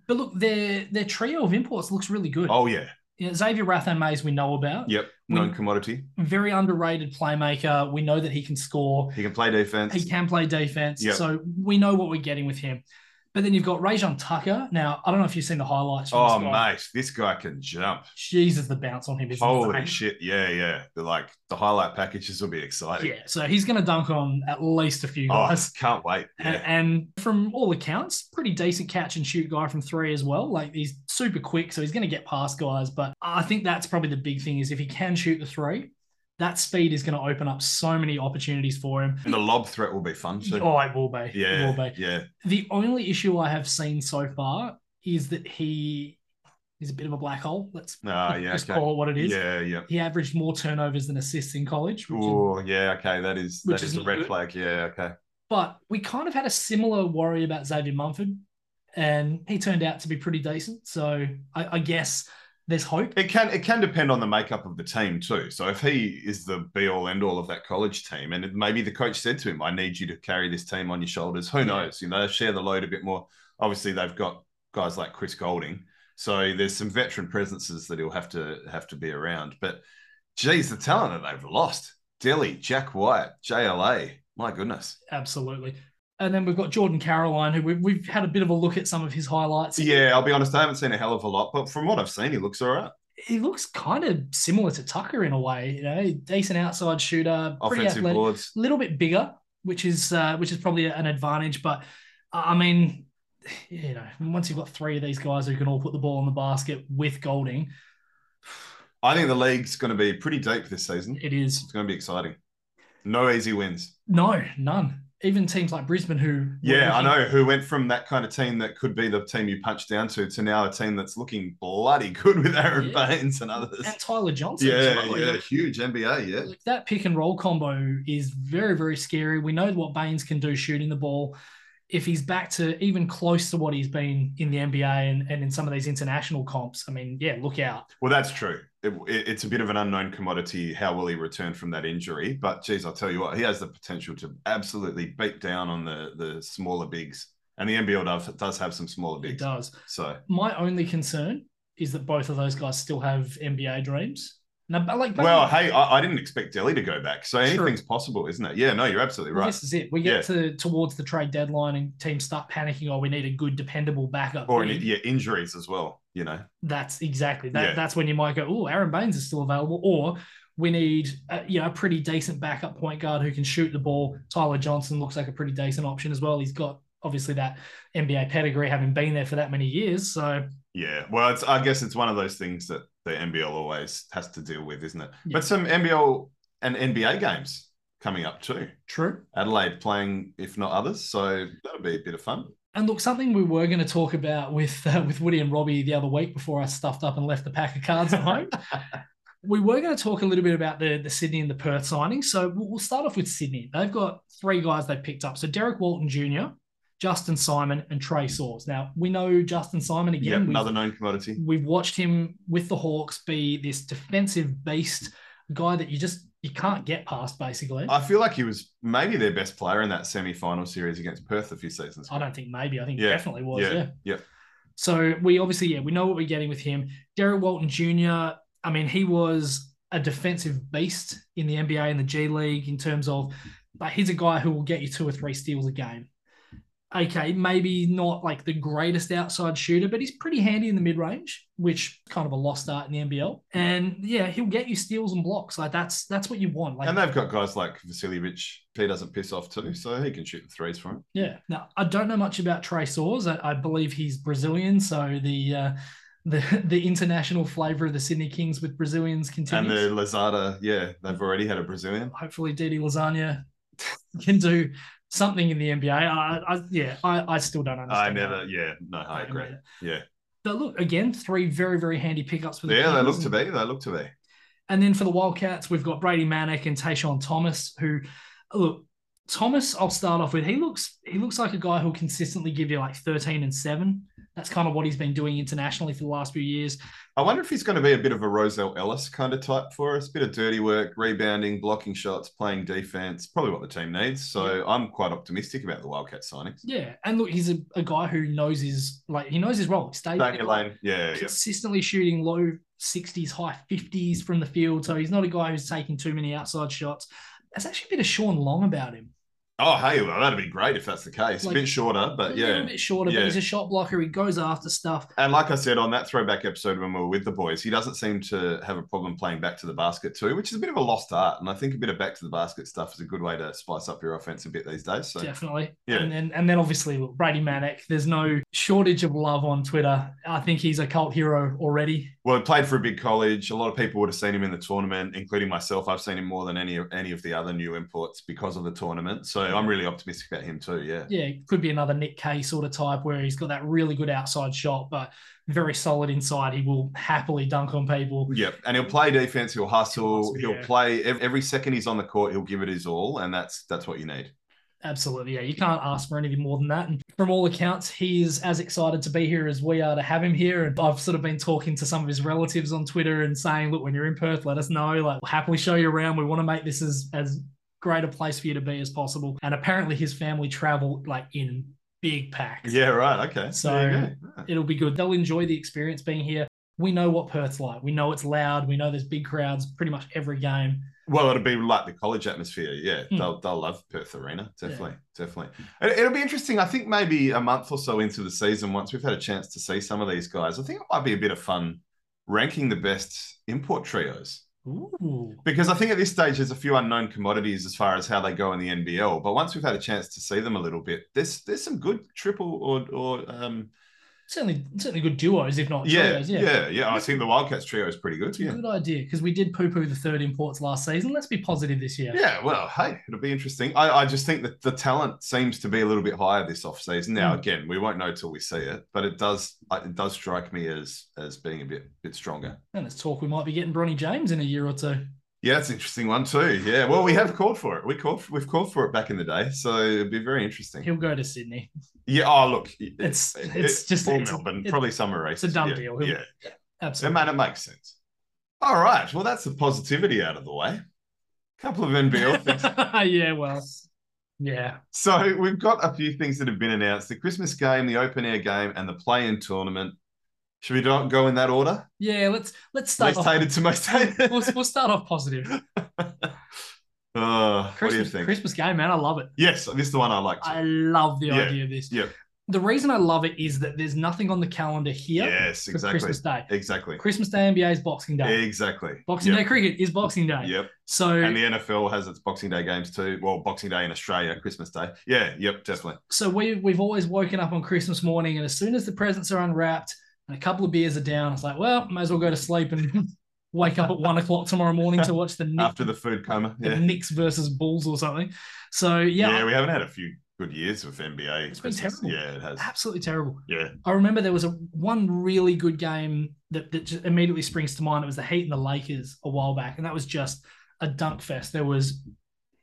Speaker 2: But look, their their trio of imports looks really good.
Speaker 1: Oh, yeah.
Speaker 2: You know, Xavier Rathan Mays we know about.
Speaker 1: Yep.
Speaker 2: We-
Speaker 1: Non commodity.
Speaker 2: Very underrated playmaker. We know that he can score.
Speaker 1: He can play defense.
Speaker 2: He can play defense.
Speaker 1: Yep.
Speaker 2: So we know what we're getting with him. But then you've got Rajon Tucker. Now, I don't know if you've seen the highlights. From
Speaker 1: Oh
Speaker 2: this guy.
Speaker 1: mate, this guy can jump.
Speaker 2: Jesus, the bounce on him is
Speaker 1: Holy
Speaker 2: insane.
Speaker 1: shit! Yeah, yeah. The like the highlight packages will be exciting.
Speaker 2: Yeah, so he's going to dunk on at least a few
Speaker 1: Oh, I <laughs>
Speaker 2: guys.
Speaker 1: can't wait.
Speaker 2: And,
Speaker 1: Yeah.
Speaker 2: and from all accounts, pretty decent catch and shoot guy from three as well. Like he's super quick, so he's going to get past guys. But I think that's probably the big thing is if he can shoot the three, that speed is going to open up so many opportunities for him.
Speaker 1: And the lob threat will be fun too.
Speaker 2: Oh, it will be. It
Speaker 1: yeah,
Speaker 2: will be.
Speaker 1: yeah.
Speaker 2: The only issue I have seen so far is that he is a bit of a black hole. Let's <laughs>
Speaker 1: Ah, yeah,
Speaker 2: just
Speaker 1: okay.
Speaker 2: call it what it is.
Speaker 1: Yeah, yeah.
Speaker 2: He averaged more turnovers than assists in college, which is
Speaker 1: Oh, yeah. Okay, that is
Speaker 2: Which
Speaker 1: that is,
Speaker 2: is
Speaker 1: a
Speaker 2: not
Speaker 1: red
Speaker 2: good.
Speaker 1: flag. Yeah, okay.
Speaker 2: But we kind of had a similar worry about Xavier Mumford, and he turned out to be pretty decent. So I, I guess there's hope.
Speaker 1: It can it can depend on the makeup of the team too. So if he is the be all end all of that college team, and it- maybe the coach said to him, "I need you to carry this team on your shoulders." Who
Speaker 2: Yeah.
Speaker 1: knows? You know, share the load a bit more. Obviously, they've got guys like Chris Golding, so there's some veteran presences that he'll have to have to be around. But geez, the talent that they've lost: Delhi, Jack White, JLA. My goodness.
Speaker 2: Absolutely. And then we've got Jordan Caroline, who we've, we've had a bit of a look at some of his highlights.
Speaker 1: Yeah, I'll be honest. I haven't seen a hell of a lot, but from what I've seen, he looks all right.
Speaker 2: He looks kind of similar to Tucker in a way, you know, decent outside shooter, pretty
Speaker 1: Offensive
Speaker 2: athletic,
Speaker 1: boards.
Speaker 2: a little bit bigger, which is uh, which is probably an advantage. But uh, I I mean, you know, once you've got three of these guys who can all put the ball in the basket with Golding,
Speaker 1: I think the league's going to be pretty deep this season.
Speaker 2: it is
Speaker 1: It's going to be exciting. No easy wins.
Speaker 2: No, none. Even teams like Brisbane, who were
Speaker 1: Yeah, I
Speaker 2: looking-
Speaker 1: know. Who went from that kind of team that could be the team you punch down to to now a team that's looking bloody good with Aaron
Speaker 2: Yeah.
Speaker 1: Baines and others.
Speaker 2: <laughs> and Tyler Johnson.
Speaker 1: <laughs>
Speaker 2: as
Speaker 1: Yeah,
Speaker 2: well.
Speaker 1: yeah, huge NBA. Yeah,
Speaker 2: Like, that pick and roll combo is very, very scary. We know what Baines can do shooting the ball. If he's back to even close to what he's been in the NBA and, and in some of these international comps, I mean, yeah, look out.
Speaker 1: well, that's true. It, it- it's a bit of an unknown commodity. How will he return from that injury? But geez, I'll tell you what, he has the potential to absolutely beat down on the the smaller bigs, and the NBL does, does have some smaller
Speaker 2: It
Speaker 1: bigs.
Speaker 2: does.
Speaker 1: So
Speaker 2: My only concern is that both of those guys still have NBA dreams. Now, but like,
Speaker 1: Well, hey, I, I didn't expect Delhi to go back. So
Speaker 2: True.
Speaker 1: anything's possible, isn't it? Yeah, no, you're absolutely right.
Speaker 2: This is it. We get to towards the trade deadline and teams start panicking. Oh, we need a good, dependable backup.
Speaker 1: Or
Speaker 2: big.
Speaker 1: yeah, injuries as well. You know,
Speaker 2: That's exactly that.
Speaker 1: Yeah.
Speaker 2: That's when you might go, oh, Aaron Baines is still available, or we need a, you know a pretty decent backup point guard who can shoot the ball. Tyler Johnson looks like a pretty decent option as well. He's got obviously that NBA pedigree, having been there for that many years. So
Speaker 1: yeah. Well, it's I guess it's one of those things that the NBL always has to deal with, isn't it?
Speaker 2: Yeah.
Speaker 1: But some NBL and NBA games coming up too.
Speaker 2: true.
Speaker 1: Adelaide playing, if not others, so that'll be a bit of fun.
Speaker 2: And look, something we were going to talk about with uh, with Woody and Robbie the other week before I stuffed up and left the pack of cards at home. we were going to talk a little bit about the the Sydney and the Perth signings. So we'll we'll start off with Sydney. They've got three guys they picked up. So Derek Walton Jr., Justin Simon, and Trey Saws. Now we know Justin Simon
Speaker 1: Yeah,
Speaker 2: again. We've-
Speaker 1: another known commodity.
Speaker 2: We've watched him with the Hawks be this defensive beast, a guy that you just you can't get past basically. I,
Speaker 1: I feel like he was maybe their best player in that semi-final series against Perth a few seasons. ago.
Speaker 2: don't think maybe. I think
Speaker 1: Yeah,
Speaker 2: definitely was. yeah.
Speaker 1: yeah.
Speaker 2: So we obviously, yeah, we know what we're getting with him. Derek Walton Jr., I mean, he was a defensive beast in the NBA and the G League in terms of, but he's a guy who will get you two or three steals a game. Okay, maybe not like the greatest outside shooter, but he's pretty handy in the mid range, which kind of a lost art in the NBL. And yeah, he'll get you steals and blocks. Like that's that's what you want. Like
Speaker 1: And they've got guys like Vasiljevic. He doesn't piss off too, so he can shoot the threes for him.
Speaker 2: Yeah. Now I don't know much about Trey Saws. I, I believe he's Brazilian, so the uh, the <laughs> the international flavour of the Sydney Kings with Brazilians
Speaker 1: And the
Speaker 2: continues.
Speaker 1: Lazada, yeah, they've already had a Brazilian.
Speaker 2: Hopefully, Didi Lasagna <laughs> can do something in the NBA. I, I yeah, I, I still don't
Speaker 1: I
Speaker 2: understand.
Speaker 1: never,
Speaker 2: that.
Speaker 1: yeah, no, I
Speaker 2: Don't
Speaker 1: agree.
Speaker 2: get it.
Speaker 1: Yeah.
Speaker 2: But look again, three very very handy pickups for the
Speaker 1: Yeah, they
Speaker 2: Kings.
Speaker 1: look to be. They look to be.
Speaker 2: And then for the Wildcats, we've got Brady Manick and Tayshawn Thomas, who look, Thomas, I'll start off with. He looks he looks like a guy who'll consistently give you like 13 and 7. That's kind of what he's been doing internationally for the last few years.
Speaker 1: I wonder if he's going to be a bit of a Roselle Ellis kind of type for us. Bit of dirty work, rebounding, blocking shots, playing defense. Probably what the team needs. So I'm quite optimistic about the Wildcat signings.
Speaker 2: Yeah. And look, he's a, a guy who knows his like he knows his role. Stay
Speaker 1: Daniel Lane, yeah, yeah.
Speaker 2: consistently shooting low 60s, high 50s from the field. So he's not a guy who's taking too many outside shots. There's actually a bit of Sean Long about him.
Speaker 1: Oh, hey, well, that'd be great if that's the case.
Speaker 2: Like,
Speaker 1: a bit shorter, but
Speaker 2: a
Speaker 1: Uh, yeah.
Speaker 2: little bit shorter,
Speaker 1: Yeah.
Speaker 2: but he's a shot blocker. He goes after stuff.
Speaker 1: And like I said on that throwback episode when we were with the boys, he doesn't seem to have a problem playing back to the basket too, which is a bit of a lost art. And I think a bit of back to the basket stuff is a good way to spice up your offense a bit these days. So
Speaker 2: Definitely.
Speaker 1: Yeah.
Speaker 2: And then and then obviously Brady Manic. There's no shortage of love on Twitter. I think he's a cult hero already.
Speaker 1: Well, he played for a big college. A lot of people would have seen him in the tournament, including myself. I've seen him more than any any of the other new imports because of the tournament. So I'm really optimistic about him too. Yeah.
Speaker 2: Yeah, it could be another Nick Kay sort of type where he's got that really good outside shot, but very solid inside. He will happily dunk on people.
Speaker 1: Yep. And he'll play defense. He'll hustle.
Speaker 2: Hustle,
Speaker 1: He'll
Speaker 2: yeah.
Speaker 1: play every, every second he's on the court. He'll give it his all, and that's that's what you need.
Speaker 2: Absolutely. Yeah, you can't ask for anything more than that. And from all accounts, he is as excited to be here as we are to have him here. And I've sort of been talking to some of his relatives on Twitter and saying, look, when you're in Perth, let us know. Like, we'll happily show you around. We want to make this as, as great a place for you to be as possible. And apparently, his family travel like in big packs.
Speaker 1: Yeah. Right. Okay.
Speaker 2: So-
Speaker 1: There you go. Yeah.
Speaker 2: It'll be good. They'll enjoy the experience being here. We know what Perth's like. We know it's loud. We know there's big crowds pretty much every game.
Speaker 1: Well, it'll be like the college atmosphere. Yeah,
Speaker 2: Hmm.
Speaker 1: they'll, they'll love Perth Arena. Definitely, definitely. It, will be interesting. I think maybe a month or so into the season, once we've had a chance to see some of these guys, I think it might be a bit of fun ranking the best import trios
Speaker 2: Ooh.
Speaker 1: because I think at this stage there's a few unknown commodities as far as how they go in the NBL. But once we've had a chance to see them a little bit, there's there's some good triple or or um
Speaker 2: Certainly, certainly good duos, if not
Speaker 1: yeah,
Speaker 2: trios.
Speaker 1: yeah yeah I think the Wildcats trio is pretty good. Yeah.
Speaker 2: Good idea because we did poo poo the third imports last season. Let's be positive this year.
Speaker 1: Yeah, well, hey, it'll be interesting. I, I just think that the talent seems to be a little bit higher this offseason. Now,
Speaker 2: Mm.
Speaker 1: again, we won't know till we see it, but it does uh, it does strike me as as being a bit bit stronger.
Speaker 2: And let's talk. We might be getting Bronny James in a year or two.
Speaker 1: Yeah, it's an interesting one too. Yeah, well, we have called for it. We called we've called for it back in the day, so it'd be very interesting.
Speaker 2: He'll go to Sydney.
Speaker 1: Yeah. Oh, look, it-
Speaker 2: It's
Speaker 1: it-
Speaker 2: it's just
Speaker 1: or
Speaker 2: it's,
Speaker 1: Melbourne,
Speaker 2: it-
Speaker 1: probably summer race.
Speaker 2: it's a dumb deal.
Speaker 1: Yeah, yeah.
Speaker 2: absolutely.
Speaker 1: man, it makes sense. All right. Well, that's the positivity out of the way. couple of
Speaker 2: <laughs>
Speaker 1: NBL things
Speaker 2: yeah, well, yeah.
Speaker 1: So we've got a few things that have been announced: the Christmas game, the open air game, and the play-in tournament. Should we do- go in that order?
Speaker 2: Yeah, let's let's start
Speaker 1: Most
Speaker 2: off.
Speaker 1: hated to most
Speaker 2: <laughs>
Speaker 1: hated.
Speaker 2: We'll, we'll start off positive.
Speaker 1: <laughs> Oh, what do you
Speaker 2: Christmas, Uh,
Speaker 1: think?
Speaker 2: Christmas game, man. I love it.
Speaker 1: Yes, this is the one I like.
Speaker 2: I love the
Speaker 1: Yeah,
Speaker 2: idea of this.
Speaker 1: yeah.
Speaker 2: The reason I love it is that there's nothing on the calendar here
Speaker 1: Yes,
Speaker 2: for
Speaker 1: exactly,
Speaker 2: Christmas Day.
Speaker 1: exactly,
Speaker 2: Christmas Day NBA is Boxing Day.
Speaker 1: exactly.
Speaker 2: Boxing
Speaker 1: yep.
Speaker 2: Day cricket is Boxing Day.
Speaker 1: Yep.
Speaker 2: So
Speaker 1: And the NFL has its Boxing Day games too. Well, Boxing Day in Australia, Christmas Day. Yeah. Yep. Definitely.
Speaker 2: so we we've always woken up on Christmas morning, and as soon as the presents are unwrapped and a couple of beers are down, it's like, well, may as well go to sleep and <laughs> wake up at one o'clock tomorrow morning to watch the Knicks,
Speaker 1: After the food coma. <laughs>
Speaker 2: the
Speaker 1: Yeah.
Speaker 2: Knicks versus Bulls or something. So yeah,
Speaker 1: Yeah. We haven't had a few good years of NBA.
Speaker 2: It's been
Speaker 1: Christmas.
Speaker 2: terrible.
Speaker 1: Yeah, it has.
Speaker 2: absolutely terrible.
Speaker 1: Yeah.
Speaker 2: I remember there was a one really good game that, that just immediately springs to mind. It was the Heat and the Lakers a while back, and that was just a dunk fest. There was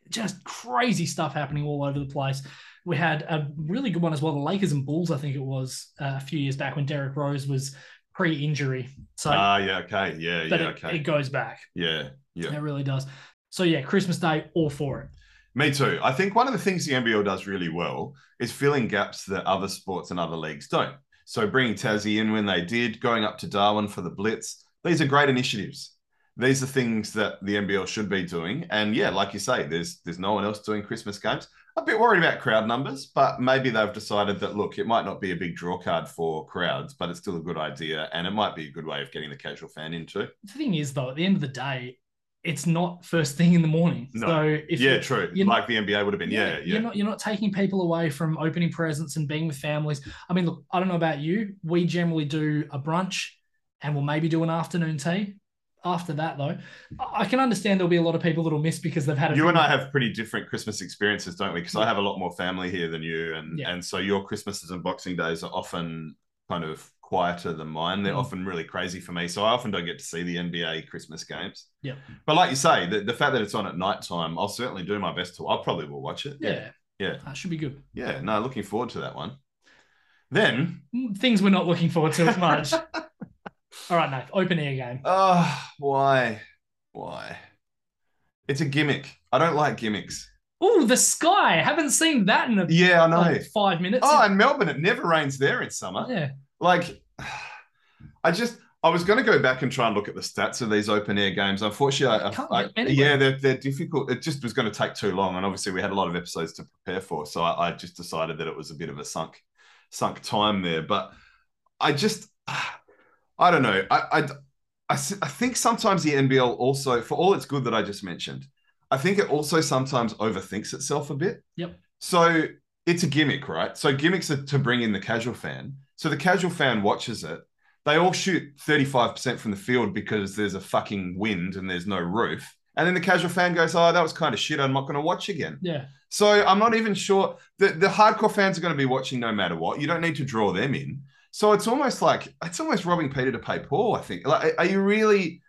Speaker 2: just crazy stuff happening all over the place. We had a really good one as well, the Lakers and Bulls. I think it was uh, a few years back when Derrick Rose was pre-injury. So,
Speaker 1: Ah, yeah, okay, yeah,
Speaker 2: but
Speaker 1: yeah,
Speaker 2: it,
Speaker 1: okay,
Speaker 2: it goes back.
Speaker 1: yeah, yeah.
Speaker 2: It really does. So yeah, Christmas Day, all for it.
Speaker 1: Me too. I think one of the things the NBL does really well is filling gaps that other sports and other leagues don't. So bringing Tassie in when they did, going up to Darwin for the Blitz, these are great initiatives. These are things that the NBL should be doing. And yeah, like you say, there's there's no one else doing Christmas games. I'm a bit worried about crowd numbers, but maybe they've decided that look, it might not be a big draw card for crowds, but it's still a good idea and it might be a good way of getting the casual fan into.
Speaker 2: The thing is, though, at the end of the day, it's not first thing in the morning.
Speaker 1: No.
Speaker 2: So if
Speaker 1: Yeah, true.
Speaker 2: you're
Speaker 1: Like the NBA would have been. Yeah, yeah.
Speaker 2: You're not you're not taking people away from opening presents and being with families. I mean, look, I don't know about you. We generally do a brunch and we'll maybe do an afternoon tea. After that, though, I I can understand there'll be a lot of people that'll miss because they've had a
Speaker 1: you and I have pretty different Christmas experiences, don't we? Because I have a lot more family here than you, and
Speaker 2: Yeah.
Speaker 1: and so your Christmases and Boxing Days are often kind of quieter than mine. They're
Speaker 2: Mm.
Speaker 1: often really crazy for me, so I often don't get to see the NBA Christmas games.
Speaker 2: Yeah.
Speaker 1: but like you say, the, the fact that it's on at night time, I'll certainly do my best to. I probably will watch it.
Speaker 2: yeah,
Speaker 1: Yeah.
Speaker 2: that should be good.
Speaker 1: yeah. No, looking forward to that one. Then,
Speaker 2: Mm, Things we're not looking forward to
Speaker 1: <laughs>
Speaker 2: as much. All right, Nath, open air game.
Speaker 1: oh, why, why? It's a gimmick. I don't like
Speaker 2: <laughs>
Speaker 1: gimmicks.
Speaker 2: Oh, the sky. Haven't seen that in a,
Speaker 1: Yeah, I know.
Speaker 2: like five minutes.
Speaker 1: oh, and Melbourne, it never rains there in summer.
Speaker 2: yeah.
Speaker 1: like <sighs> I just I was going to go back and try and look at the stats of these open air games. Unfortunately, I,
Speaker 2: Can't
Speaker 1: I-
Speaker 2: get anywhere.
Speaker 1: yeah, they're, they're difficult. It just was going to take too long, and obviously we had a lot of episodes to prepare for, so I, I just decided that it was a bit of a sunk sunk time there. But I just, <sighs> I don't know. I I, I s- I think sometimes the NBL also, for all its good that I just mentioned, I think it also sometimes overthinks itself a bit.
Speaker 2: Yep.
Speaker 1: So it's a gimmick, right? So gimmicks are to bring in the casual fan. So the casual fan watches it they all shoot 35% from the field because there's a fucking wind and there's no roof. And then the casual fan goes, Oh, that was kind of shit. I'm not going to watch again.
Speaker 2: Yeah.
Speaker 1: So I'm not even sure. The, the hardcore fans are going to be watching no matter what. You don't need to draw them in. So it's almost like it's almost robbing Peter to pay Paul, I think. Like, are you really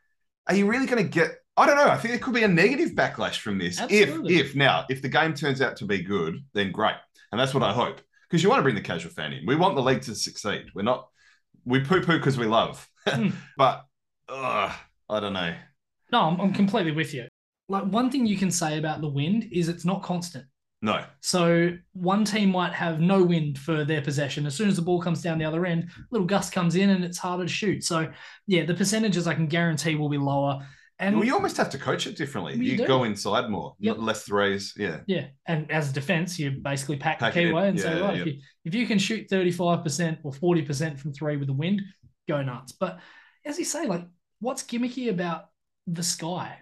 Speaker 1: are you really going to get I don't know. I think there could be a negative backlash from this.
Speaker 2: Absolutely.
Speaker 1: If if now, if the game turns out to be good, then great. And that's what I hope. Because you want to bring the casual fan in. We want the league to succeed. We're not we poo-poo because we love.
Speaker 2: Hmm.
Speaker 1: <laughs> but ugh, I don't know.
Speaker 2: No, I'm, I'm completely with you. Like one thing you can say about the wind is it's not constant.
Speaker 1: No.
Speaker 2: So one team might have no wind for their possession. As soon as the ball comes down the other end, little gust comes in and it's harder to shoot. So yeah, the percentages I can guarantee will be lower. And
Speaker 1: well, you almost have to coach it differently.
Speaker 2: You
Speaker 1: You,
Speaker 2: do.
Speaker 1: go inside more,
Speaker 2: Yep.
Speaker 1: less threes. Yeah.
Speaker 2: yeah, and as a defense, you basically pack,
Speaker 1: Pack
Speaker 2: the
Speaker 1: it in.
Speaker 2: keyway and say,
Speaker 1: Yeah,
Speaker 2: right,
Speaker 1: yeah.
Speaker 2: if, you, if you can shoot 35% or 40% from three with the wind, go nuts. But as you say, like what's gimmicky about the sky?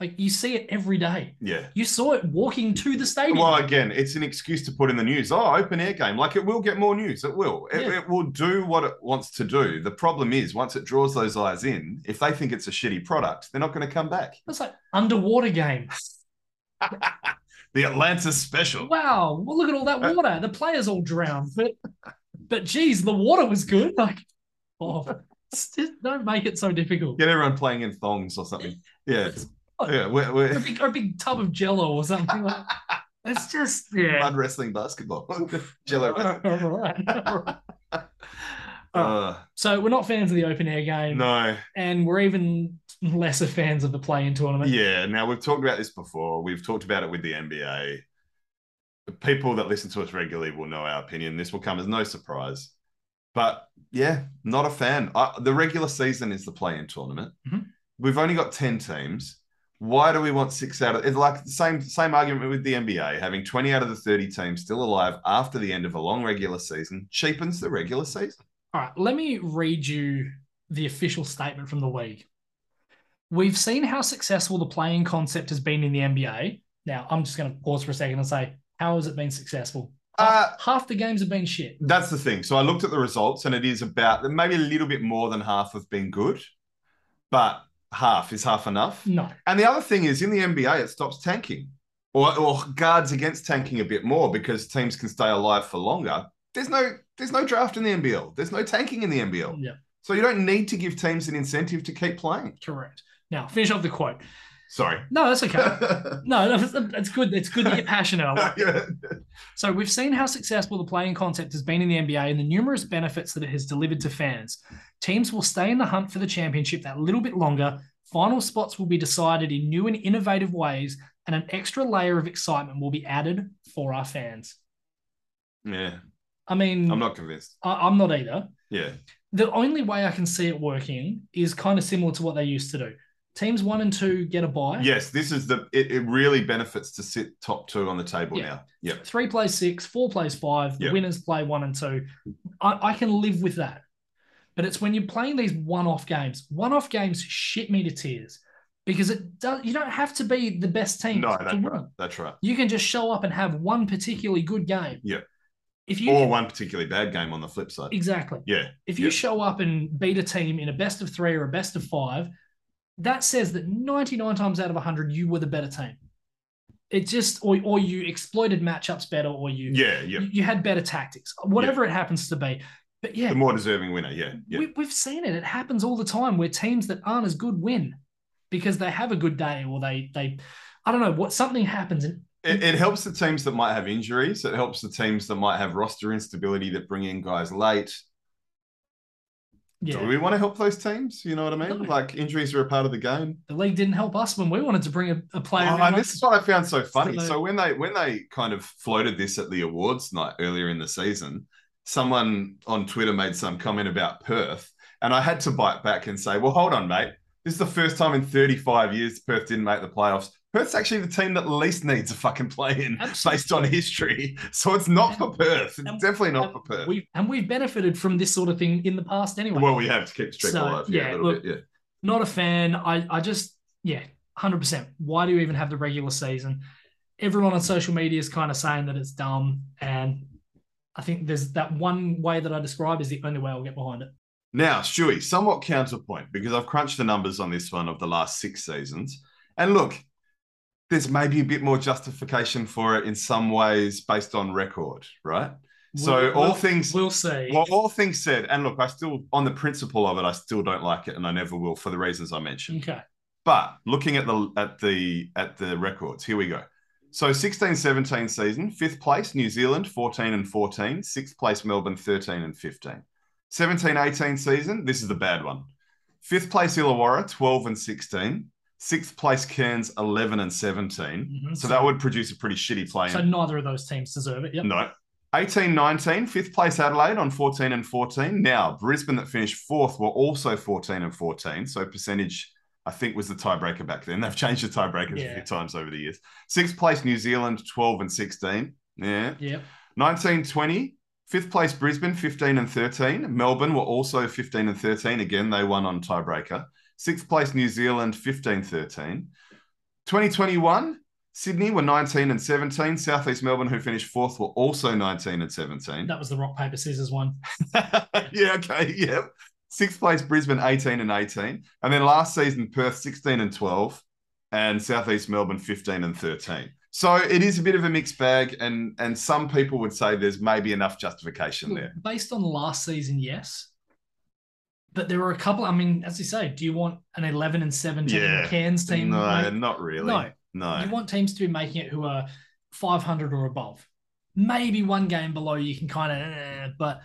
Speaker 2: Like you see it every day.
Speaker 1: Yeah.
Speaker 2: You saw it walking to the stadium.
Speaker 1: Well, again, it's an excuse to put in the news. Oh, open air game. Like it will get more news. It will. It,
Speaker 2: Yeah.
Speaker 1: it will do what it wants to do. The problem is, once it draws those eyes in, if they think it's a shitty product, they're not going to come back.
Speaker 2: it's like underwater game.
Speaker 1: The Atlanta special.
Speaker 2: wow, well, look at all
Speaker 1: Uh,
Speaker 2: that water. The players all drowned, but but geez, the water was good. <laughs> Like, oh, just don't make it so difficult.
Speaker 1: Get everyone playing in thongs or something. Yeah. Yeah. We're,
Speaker 2: Or A
Speaker 1: we're
Speaker 2: <laughs> big, or a big tub of Jello or something. Like,
Speaker 1: <laughs>
Speaker 2: it's just yeah.
Speaker 1: mud wrestling basketball. <laughs> Jello. wrestling.
Speaker 2: <laughs> All right. all
Speaker 1: <laughs>
Speaker 2: right.
Speaker 1: Uh,
Speaker 2: So we're not fans of the open air game,
Speaker 1: no.
Speaker 2: and we're even lesser fans of the play-in tournament.
Speaker 1: Yeah. Now we've talked about this before. We've talked about it with the NBA. The people that listen to us regularly will know our opinion. This will come as no surprise. But yeah, not a fan. I, the regular season is the play-in tournament.
Speaker 2: Mhm.
Speaker 1: We've only got ten teams. Why do we want six out of? It's like the same same argument with the NBA. Having twenty out of the thirty teams still alive after the end of a long regular season cheapens the regular season.
Speaker 2: All right, let me read you the official statement from the league. We've seen how successful the playing concept has been in the NBA. Now, I'm just going to pause for a second and say, how has it been successful? Half,
Speaker 1: Uh,
Speaker 2: half the games have been shit.
Speaker 1: That's the thing. So I looked at the results, and it is about maybe a little bit more than half have been good, but half is half enough.
Speaker 2: No.
Speaker 1: And the other thing is in the NBA, it stops tanking or, or guards against tanking a bit more because teams can stay alive for longer. There's no there's no draft in the NBL. There's no tanking in the NBL.
Speaker 2: Yeah,
Speaker 1: So you don't need to give teams an incentive to keep playing.
Speaker 2: correct. Now, finish off the quote.
Speaker 1: Sorry.
Speaker 2: No, that's
Speaker 1: <laughs>
Speaker 2: okay. No, no, it's- it's good. It's good that you're passionate. I like it. So we've seen how successful the playing concept has been in the NBA and the numerous benefits that it has delivered to fans. Teams will stay in the hunt for the championship that little bit longer. Final spots will be decided in new and innovative ways, and an extra layer of excitement will be added for our fans.
Speaker 1: yeah.
Speaker 2: I mean,
Speaker 1: I'm not convinced.
Speaker 2: I, am not either.
Speaker 1: Yeah.
Speaker 2: The only way I can see it working is kind of similar to what they used to do. Teams one and two get a bye.
Speaker 1: Yes, this is the it, it really benefits to sit top two on the table
Speaker 2: Yeah.
Speaker 1: now. Yeah.
Speaker 2: Three plays six, four plays five. The
Speaker 1: Yeah.
Speaker 2: winners play one and two. I, I can live with that. But it's when you're playing these one-off games. One-off games shit me to tears because it does. You don't have to be the best team
Speaker 1: No,
Speaker 2: to
Speaker 1: that's
Speaker 2: win.
Speaker 1: right. That's right.
Speaker 2: You can just show up and have one particularly good game.
Speaker 1: Yeah.
Speaker 2: If you
Speaker 1: or one particularly bad game on the flip side.
Speaker 2: exactly,
Speaker 1: Yeah,
Speaker 2: if you
Speaker 1: Yeah.
Speaker 2: show up and beat a team in a best of three or a best of five, that says that 99 times out of 100 you were the better team. It just or or you exploited matchups better or you
Speaker 1: yeah, yeah.
Speaker 2: you, you had better tactics, whatever it happens to be. But yeah,
Speaker 1: The more deserving winner. Yeah, yeah.
Speaker 2: we, we've seen it. It happens all the time where teams that aren't as good win because they have a good day or they they I don't know what something happens and
Speaker 1: It, it helps the teams that might have injuries. It helps the teams that might have roster instability that bring in guys late. Do
Speaker 2: yeah,
Speaker 1: we want to help those teams? You know what I mean?
Speaker 2: No.
Speaker 1: Like injuries are a part of the game.
Speaker 2: the league didn't help us when we wanted to bring a, a player.
Speaker 1: Oh,
Speaker 2: in
Speaker 1: and this is what I found so funny.
Speaker 2: they-
Speaker 1: So when they when they kind of floated this at the awards night earlier in the season, someone on Twitter made some comment about Perth, And I had to bite back and say, well, hold on, mate. This is the first time in 35 years Perth didn't make the playoffs. Perth's actually the team that least needs a fucking play in
Speaker 2: Absolutely.
Speaker 1: based on history. <laughs> So it's not for Perth. It's
Speaker 2: And-
Speaker 1: definitely not
Speaker 2: and
Speaker 1: for Perth.
Speaker 2: We've and we've benefited from this sort of thing in the past anyway.
Speaker 1: well, we have to keep the streak
Speaker 2: So,
Speaker 1: alive. Yeah,
Speaker 2: yeah,
Speaker 1: a little
Speaker 2: look,
Speaker 1: bit. Yeah.
Speaker 2: Not a fan. I I just yeah, hundred percent. Why do you even have the regular season? Everyone on social media is kind of saying that it's dumb, and I think there's that one way that I describe is the only way I'll get behind it.
Speaker 1: Now, Stewie, somewhat counterpoint because I've crunched the numbers on this one of the last six seasons. And look, there's maybe a bit more justification for it in some ways based on record, right? so,
Speaker 2: We'll-
Speaker 1: all
Speaker 2: we'll-
Speaker 1: things.
Speaker 2: we'll see.
Speaker 1: Well, all things said, and look, I still, on the principle of it, I still don't like it, and I never will for the reasons I mentioned.
Speaker 2: okay.
Speaker 1: But looking at the at the at the records, here we go. So 16-17 season, fifth place New Zealand 14 and 14, sixth place Melbourne 13 and 15. 17-18 season, this is the bad one. Fifth place Illawarra 12 and 16, sixth place Cairns 11 and 17.
Speaker 2: Mhm.
Speaker 1: So that would produce a pretty shitty play.
Speaker 2: So neither of those teams deserve it. Yep.
Speaker 1: No. 18 19, fifth place Adelaide on 14 and 14. Now, Brisbane that finished fourth were also 14 and 14. So, percentage, I think, was the tiebreaker back then. They've changed the tiebreakers a
Speaker 2: Yeah.
Speaker 1: few times over the years. Sixth place New Zealand, 12 and 16. Yeah.
Speaker 2: Yep.
Speaker 1: 19 20, fifth place Brisbane, 15 and 13. Melbourne were also 15 and 13. Again, they won on tiebreaker. Sixth place New Zealand, 15 13. 2021, Sydney were 19 and 17. Southeast Melbourne, who finished fourth, were also 19 and 17.
Speaker 2: That was the rock paper scissors one.
Speaker 1: <laughs> yeah, okay, yep. Sixth place Brisbane, 18 and 18. And then last season, Perth, 16 and 12. And Southeast Melbourne, 15 and 13. So it is a bit of a mixed bag. And, and some people would say there's maybe enough justification
Speaker 2: Look,
Speaker 1: there.
Speaker 2: Based on last season, yes. But there were a couple. I mean, as you say, do you want an 11 and 17
Speaker 1: Yeah.
Speaker 2: Cairns team?
Speaker 1: no,
Speaker 2: mate?
Speaker 1: not really.
Speaker 2: No.
Speaker 1: No.
Speaker 2: You want teams to be making it who are 500 or above. Maybe one game below, you can kind of, but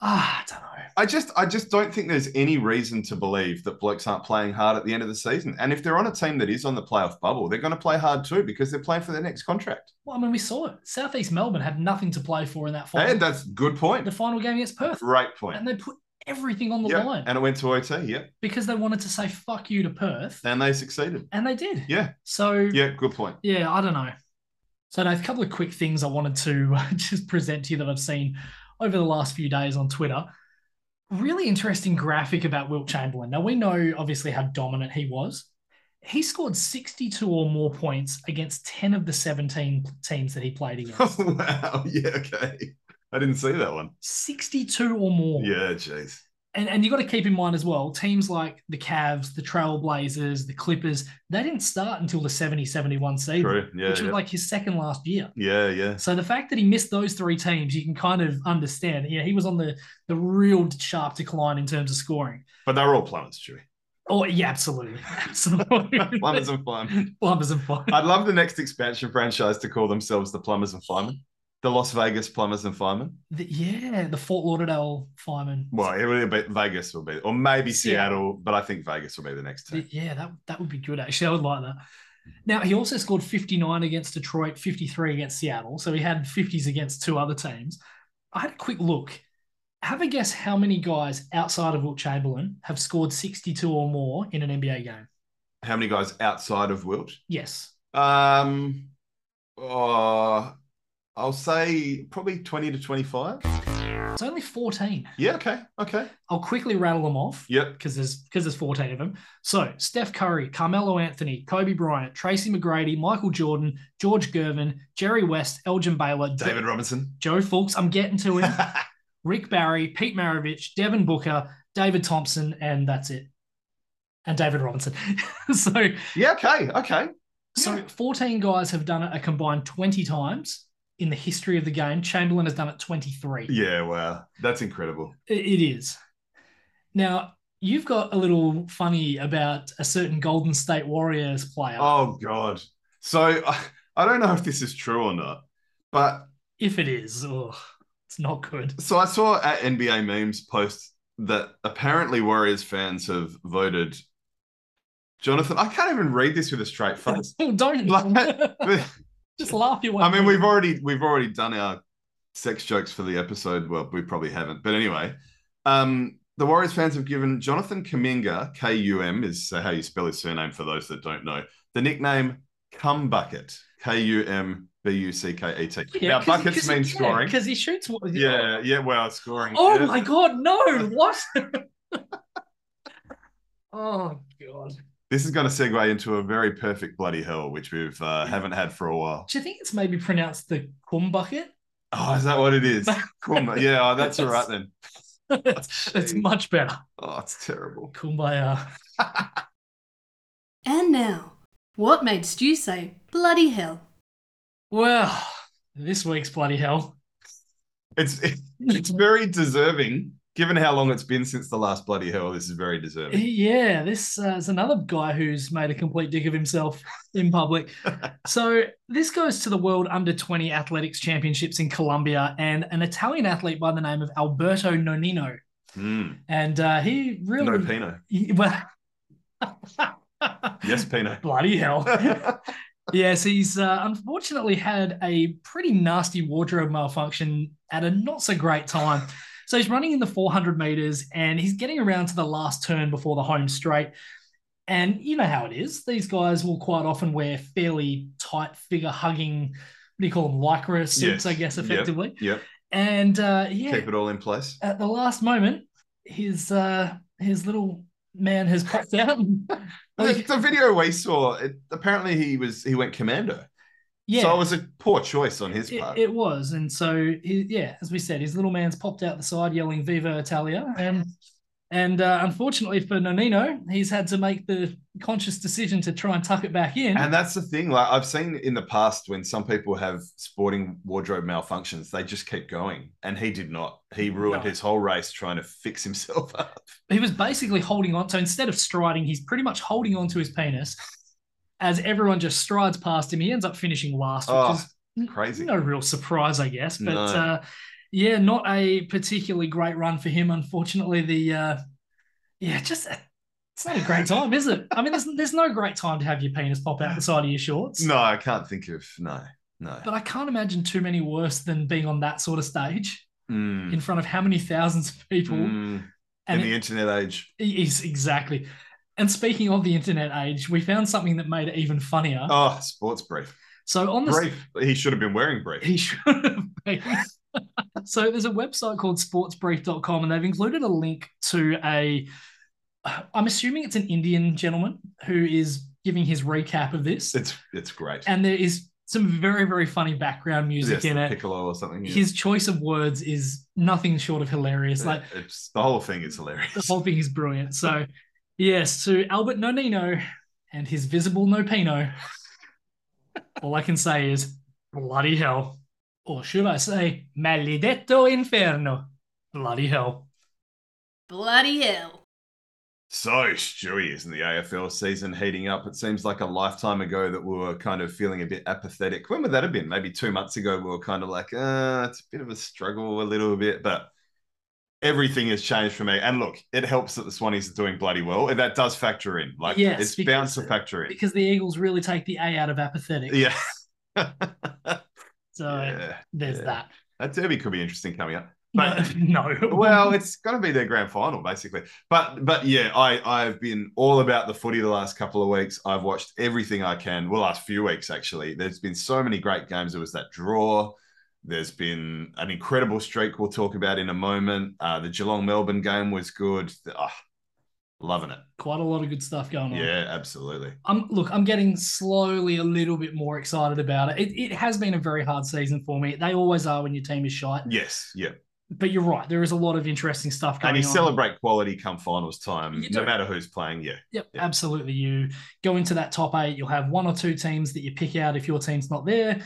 Speaker 2: ah, I don't know.
Speaker 1: I just I just don't think there's any reason to believe that blokes aren't playing hard at the end of the season. And if they're on a team that is on the playoff bubble, they're going to play hard too because they're playing for their next contract.
Speaker 2: Well, I mean, we saw it. Southeast Melbourne had nothing to play for in that final.
Speaker 1: And that's a good point.
Speaker 2: the final game against Perth,
Speaker 1: Great point.
Speaker 2: and they put everything on the
Speaker 1: Yep.
Speaker 2: line
Speaker 1: And it went to OT, yeah.
Speaker 2: because they wanted to say "fuck you" to Perth,
Speaker 1: And they succeeded.
Speaker 2: and they did.
Speaker 1: Yeah.
Speaker 2: So
Speaker 1: Yeah, good point.
Speaker 2: Yeah, I don't know. So, Dave, a couple of quick things I wanted to <laughs> just present to you that I've seen over the last few days on Twitter. Really interesting graphic about Wilt Chamberlain. Now, we know obviously how dominant he was. He scored 62 or more points against 10 of the 17 teams that he
Speaker 1: <laughs>
Speaker 2: played against.
Speaker 1: wow. Yeah, okay. I didn't see that one.
Speaker 2: 62 or more.
Speaker 1: Yeah, jeez.
Speaker 2: and and you got to keep in mind as well teams like the Cavs, the Trailblazers, the Clippers, they didn't start until the 70 71 season,
Speaker 1: True. Yeah.
Speaker 2: which was
Speaker 1: Yeah.
Speaker 2: like his second last year.
Speaker 1: yeah, yeah.
Speaker 2: So the fact that he missed those three teams, you can kind of understand. Yeah, he was on the the real sharp decline in terms of scoring.
Speaker 1: But they're all plumbers, Chewy.
Speaker 2: Oh yeah, absolutely, <laughs> absolutely.
Speaker 1: Plumbers and firemen.
Speaker 2: <laughs> Plumbers and fire.
Speaker 1: I'd love the next expansion franchise to call themselves the Plumbers and Firemen. The Las Vegas Plumbers and Firemen.
Speaker 2: The- yeah, the Fort Lauderdale fireman.
Speaker 1: Well, it will be Vegas will be, or maybe
Speaker 2: Seattle.
Speaker 1: Seattle, but I think Vegas will be the next team.
Speaker 2: The- yeah, that that would be good actually. I would like that. Now he also scored 59 against Detroit, 53 against Seattle. So he had 50s against two other teams. I had a quick look. Have a guess how many guys outside of Wilt Chamberlain have scored 62 or more in an NBA game?
Speaker 1: How many guys outside of Wilt?
Speaker 2: Yes.
Speaker 1: Um, uh, I'll say probably twenty to twenty-five.
Speaker 2: It's only 14.
Speaker 1: Yeah. Okay. Okay.
Speaker 2: I'll quickly rattle them off
Speaker 1: Yep.
Speaker 2: because there's because there's 14 of them. So Steph Curry, Carmelo Anthony, Kobe Bryant, Tracy McGrady, Michael Jordan, George Gervin, Jerry West, Elgin Baylor,
Speaker 1: David Robinson.
Speaker 2: Joe Fulks. I'm getting
Speaker 1: <laughs>
Speaker 2: to him. Rick Barry, Pete Maravich, Devin Booker, David Thompson, and that's it. And David Robinson. <laughs> so
Speaker 1: yeah. Okay. Okay.
Speaker 2: so 14 guys have done it a combined 20 times in the history of the game. Chamberlain has done it 23.
Speaker 1: Yeah. Wow. That's incredible.
Speaker 2: It- It is. Now, you've got a little funny about a certain Golden State Warriors player.
Speaker 1: Oh God. So I, I don't know if this is true or not, but
Speaker 2: If it is, ugh, it's not good. <laughs>
Speaker 1: So I saw at NBA memes post that apparently Warriors fans have voted Jonathan. I can't even read this with a straight <laughs> face.
Speaker 2: Oh, Don't
Speaker 1: Like- But,
Speaker 2: <laughs> just laugh your way.
Speaker 1: I mean,
Speaker 2: through.
Speaker 1: we've already we've already done our sex jokes for the episode. Well, we probably haven't, but anyway, um, the Warriors fans have given Jonathan Kaminga, K U M is how you spell his surname for those that don't know, the nickname Cum Bucket, K U M B U C K E T. Now, buckets mean scoring.
Speaker 2: because he shoots. what-
Speaker 1: Yeah, yeah, well, scoring.
Speaker 2: Oh
Speaker 1: yeah.
Speaker 2: my god, no! What? <laughs> oh god.
Speaker 1: This is going to segue into a very perfect bloody hell, which we've uh, haven't had for a while.
Speaker 2: Do you think it's maybe pronounced the cum bucket? <laughs>
Speaker 1: Oh, is that what it is? Cool. Yeah, oh, that's all right then.
Speaker 2: it's, it's much better.
Speaker 1: Oh, it's terrible.
Speaker 2: Kumbaya.
Speaker 3: And now, what made Stu say bloody hell?
Speaker 2: Well, this week's bloody hell. <laughs>
Speaker 1: It's <laughs> it's very deserving, given how long it's been since the last bloody hell. This is very
Speaker 2: <laughs>
Speaker 1: deserving. <laughs>
Speaker 2: Yeah, this uh, is another guy who's made a complete dick of himself
Speaker 1: <laughs>
Speaker 2: in public. so, this goes to the World Under 20 Athletics Championships in Colombia and an Italian athlete by the name of Alberto Nonino.
Speaker 1: Mm.
Speaker 2: And uh, he
Speaker 1: No
Speaker 2: really.
Speaker 1: Pino.
Speaker 2: he- <laughs> well,
Speaker 1: Yes, Pino. <laughs>
Speaker 2: Bloody hell. yes, he's uh, unfortunately had a pretty nasty wardrobe malfunction at a not so great time. So he's running in the 400 meters and he's getting around to the last turn before the home straight. And you know how it is. These guys will quite often wear fairly tight figure hugging, what do you call them, lycra suits,
Speaker 1: Yes.
Speaker 2: I guess,
Speaker 1: Yep.
Speaker 2: effectively.
Speaker 1: yep.
Speaker 2: And uh, yeah,
Speaker 1: Keep it all in place.
Speaker 2: at the last moment, his uh, his little man has popped out. <laughs>
Speaker 1: The, the video we saw, it, apparently he was he went commando.
Speaker 2: yeah.
Speaker 1: So it was a poor choice on his
Speaker 2: It,
Speaker 1: part.
Speaker 2: it was, and so he, yeah, as we said, his little man's popped out the side yelling "Viva Italia," and and uh, unfortunately for Nonino, he's had to make the conscious decision to try and tuck it back in.
Speaker 1: and that's the thing. Like I've seen in the past when some people have sporting wardrobe malfunctions, they just keep going. And he did not. He ruined
Speaker 2: No.
Speaker 1: his whole race trying to fix himself up. <laughs>
Speaker 2: he was basically holding on. So instead of striding, he's pretty much holding on to his penis. As everyone just strides past him, he ends up finishing last, which
Speaker 1: Oh,
Speaker 2: is
Speaker 1: crazy.
Speaker 2: No real surprise, I guess. But
Speaker 1: No.
Speaker 2: uh, yeah, not a particularly great run for him. Unfortunately, the uh, yeah, just uh, it's not a great time, is it? I mean, there's there's no great time to have your penis pop out the side of your shorts.
Speaker 1: No, I can't think of no, no.
Speaker 2: But I can't imagine too many worse than being on that sort of stage
Speaker 1: Mm,
Speaker 2: in front of how many thousands of people.
Speaker 1: mm, in
Speaker 2: and
Speaker 1: the internet age.
Speaker 2: it is exactly. And speaking of the internet age, we found something that made it even funnier.
Speaker 1: Oh, sports brief.
Speaker 2: so on the
Speaker 1: Brief. He should have been wearing brief.
Speaker 2: He <laughs> should have been. so there's a website called sportsbrief.com and they've included a link to a I'm assuming it's an Indian gentleman who is giving his recap of this.
Speaker 1: It's it's great.
Speaker 2: And there is some very, very funny background music
Speaker 1: Yes,
Speaker 2: in
Speaker 1: the
Speaker 2: it.
Speaker 1: Piccolo or something. yeah.
Speaker 2: His choice of words is nothing short of hilarious. Like
Speaker 1: it's the whole thing is hilarious.
Speaker 2: the whole thing is brilliant. So yes, to Albert Nonino and his visible no pino. All I can say is bloody hell. Or should I say maledetto inferno? Bloody hell.
Speaker 3: Bloody hell.
Speaker 1: <laughs> So, Stewie, isn't the AFL season heating up? It seems like a lifetime ago that we were kind of feeling a bit apathetic. When would that have been? Maybe two months ago, we were kind of like, uh, it's a bit of a struggle, a little bit, but everything has changed for me. And look, it helps that the Swannies are doing bloody well. And that does factor in. Like,
Speaker 2: Yes,
Speaker 1: it's
Speaker 2: because-
Speaker 1: bound to factor in.
Speaker 2: Because the Eagles really take the A out of apathetic.
Speaker 1: Yeah. <laughs>
Speaker 2: so
Speaker 1: yeah.
Speaker 2: there's
Speaker 1: yeah.
Speaker 2: that.
Speaker 1: That derby could be interesting coming up. But
Speaker 2: <laughs> no.
Speaker 1: well, it's going to be their grand final, basically. But but yeah, I I've been all about the footy the last couple of weeks. I've watched everything I can. Well, last few weeks actually. There's been so many great games. There was that draw. There's been an incredible streak we'll talk about in a moment. Uh, the Geelong Melbourne game was good. Ah, loving it.
Speaker 2: quite a lot of good stuff going on.
Speaker 1: Yeah, absolutely.
Speaker 2: I'm look, I'm getting slowly a little bit more excited about it. It, it has been a very hard season for me. They always are when your team is shite.
Speaker 1: Yes, yeah.
Speaker 2: But you're right. There is a lot of interesting stuff going
Speaker 1: And you
Speaker 2: on.
Speaker 1: celebrate quality come finals time,
Speaker 2: You
Speaker 1: no
Speaker 2: do.
Speaker 1: matter who's playing. Yeah,
Speaker 2: Yep,
Speaker 1: Yeah.
Speaker 2: absolutely. You go into that top eight, you'll have one or two teams that you pick out if your team's not there,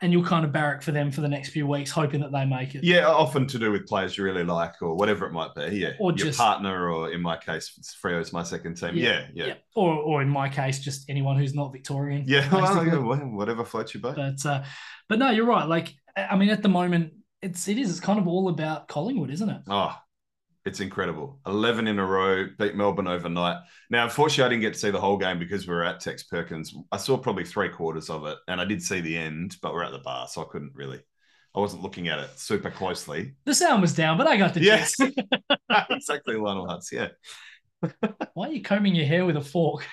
Speaker 2: and you'll kind of barrack for them for the next few weeks, hoping that they make it.
Speaker 1: yeah. Often to do with players you really like or whatever it might be. Yeah,
Speaker 2: Or
Speaker 1: your
Speaker 2: just-
Speaker 1: partner, or in my case, it's Freo's my second team. Yeah, yeah.
Speaker 2: Yeah. Or, or in my case, just anyone who's not Victorian. <laughs>
Speaker 1: Yeah, <laughs> well,
Speaker 2: basically.
Speaker 1: yeah, wha- whatever floats your boat.
Speaker 2: But uh, but no, you're right. Like I I mean, at the moment, it's it is. It's kind of all about Collingwood, isn't it?
Speaker 1: Oh, it's incredible. 11 in a row, beat Melbourne overnight. Now, unfortunately, I didn't get to see the whole game because we were at Tex Perkins. I saw probably three quarters of it and I did see the end, but we're at the bar, so I couldn't really I wasn't looking at it super closely. <laughs>
Speaker 2: The sound was down, but I got the
Speaker 1: Yes,
Speaker 2: gist. <laughs>
Speaker 1: exactly, Lionel Hutz. Yeah,
Speaker 2: Why are you combing your hair with a fork?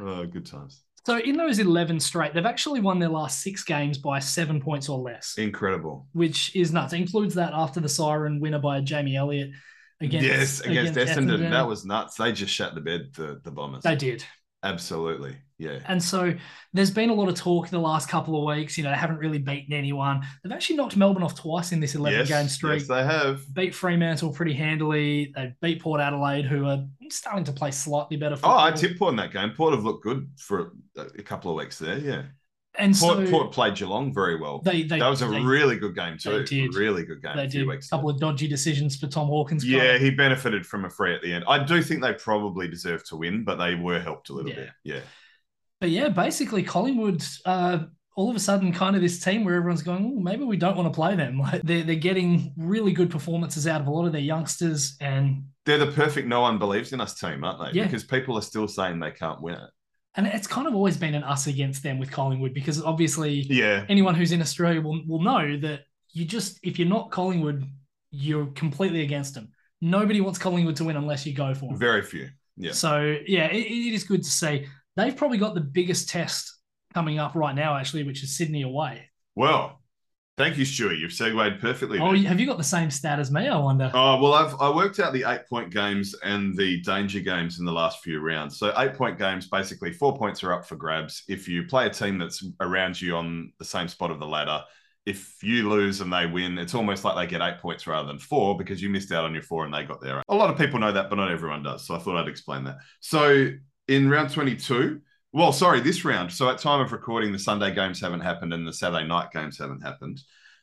Speaker 1: oh, good times.
Speaker 2: So in those 11 straight, they've actually won their last six games by seven points or less,
Speaker 1: Incredible.
Speaker 2: which is nuts. It includes that after the siren winner by Jamie Elliott against
Speaker 1: yes, against, Essendon. that was nuts. They just shut the bed. The the bombers.
Speaker 2: they did.
Speaker 1: Absolutely. Yeah.
Speaker 2: And so there's been a lot of talk the last couple of weeks. You know, they haven't really beaten anyone. They've actually knocked Melbourne off twice in this 11
Speaker 1: yes,
Speaker 2: game streak.
Speaker 1: Yes, they have.
Speaker 2: beat Fremantle pretty handily. They beat Port Adelaide, who are starting to play slightly better
Speaker 1: Oh,
Speaker 2: football.
Speaker 1: I tipped Port in that game. Port have looked good for a, a couple of weeks there. Yeah.
Speaker 2: And
Speaker 1: Port,
Speaker 2: so
Speaker 1: Port played Geelong very well.
Speaker 2: they, they
Speaker 1: that was a
Speaker 2: they,
Speaker 1: really good game too.
Speaker 2: they did.
Speaker 1: Really good game.
Speaker 2: they
Speaker 1: a few
Speaker 2: did a
Speaker 1: weeks ago.
Speaker 2: couple of dodgy decisions for Tom Hawkins.
Speaker 1: Yeah, he benefited from a free at the end. I do think they probably deserve to win, but they were helped a little
Speaker 2: Yeah.
Speaker 1: bit. Yeah.
Speaker 2: But yeah, basically Collingwood, uh, all of a sudden, kind of this team where everyone's going, "Ooh, maybe we don't want to play them. <laughs> Like they're, they're getting really good performances out of a lot of their youngsters. And
Speaker 1: They're the perfect no one believes in us team, aren't they?
Speaker 2: Yeah.
Speaker 1: Because people are still saying they can't win it.
Speaker 2: and it's kind of always been an us against them with Collingwood because obviously
Speaker 1: Yeah.
Speaker 2: anyone who's in Australia will, will know that you just, if you're not Collingwood, you're completely against them. Nobody wants Collingwood to win unless you go for them.
Speaker 1: Very few. Yeah.
Speaker 2: So, yeah, it, it is good to see. They've probably got the biggest test coming up right now, actually, which is Sydney away.
Speaker 1: Well, thank you, Stewie. You've segued perfectly.
Speaker 2: Oh,
Speaker 1: there.
Speaker 2: have you got the same stat as me? I wonder.
Speaker 1: Oh well, I've I worked out the eight point games and the danger games in the last few rounds. So eight point games, basically four points are up for grabs. If you play a team that's around you on the same spot of the ladder, if you lose and they win, it's almost like they get eight points rather than four because you missed out on your four and they got their. own. A lot of people know that, but not everyone does. So I thought I'd explain that. So in round twenty two. Well, sorry, this round. So at time of recording, the Sunday games haven't happened and the Saturday night games haven't happened.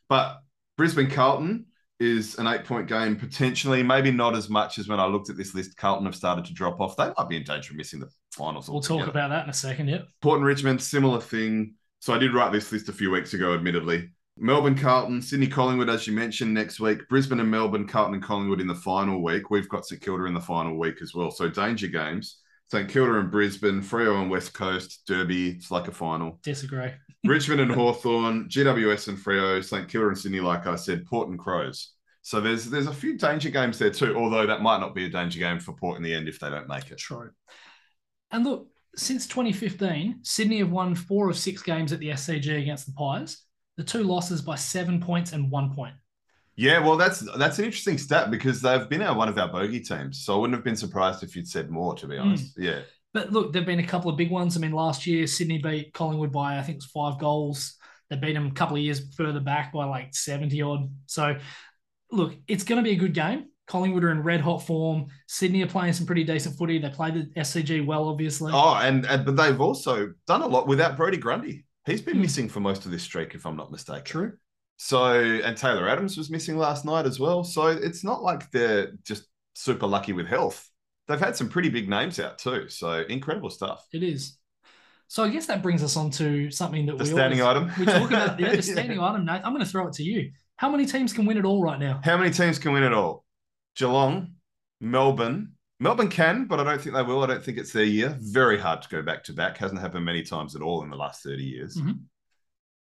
Speaker 1: But Brisbane Carlton is an eight point game potentially, maybe not as much as when I looked at this list. Carlton have started to drop off. They might be in danger of missing the finals.
Speaker 2: We'll talk
Speaker 1: altogether.
Speaker 2: about that in a second. Yep.
Speaker 1: Port and Richmond, similar thing. So I did write this list a few weeks ago, admittedly. Melbourne, Carlton, Sydney, Collingwood, as you mentioned, next week. Brisbane and Melbourne, Carlton and Collingwood in the final week. We've got St Kilda in the final week as well. So danger games. St Kilda and Brisbane, Freo and West Coast, Derby. It's like a
Speaker 2: <laughs>
Speaker 1: final.
Speaker 2: Disagree.
Speaker 1: Richmond and Hawthorn, GWS and Freo, St Kilda and Sydney, like I said, Port and Crows. So there's there's a few danger games there too, although that might not be a danger game for Port in the end if they don't make it.
Speaker 2: True. And look, since 2015, Sydney have won four of six games at the SCG against the Pies, the two losses by seven points and one point.
Speaker 1: Yeah, well, that's that's an interesting stat because they've been our one of our bogey teams. So I wouldn't have been surprised if you'd said more, to be
Speaker 2: Mm.
Speaker 1: honest. Yeah.
Speaker 2: But look, there've been a couple of big ones. I mean, last year Sydney beat Collingwood by I think it was five goals. They beat them a couple of years further back by like seventy odd. So, look, it's going to be a good game. Collingwood are in red hot form. Sydney are playing some pretty decent footy. They played the SCG well, obviously.
Speaker 1: Oh, and, and but they've also done a lot without Brody Grundy. He's been
Speaker 2: Mm.
Speaker 1: missing for most of this streak, if I'm not mistaken.
Speaker 2: true.
Speaker 1: So and Taylor Adams was missing last night as well. So it's not like they're just super lucky with health. They've had some pretty big names out too. So incredible stuff.
Speaker 2: It is. So I guess that brings us on to something that
Speaker 1: The
Speaker 2: we
Speaker 1: standing
Speaker 2: always,
Speaker 1: item.
Speaker 2: we talk
Speaker 1: <laughs>
Speaker 2: about. Yeah, the standing
Speaker 1: Yeah.
Speaker 2: item. Nate, I'm going to throw it to you. How many teams can win it all right now?
Speaker 1: How many teams can win it all? Geelong, Melbourne. Melbourne can, but I don't think they will. I don't think it's their year. Very hard to go back to back. Hasn't happened many times at all in the last 30 years.
Speaker 2: Mhm.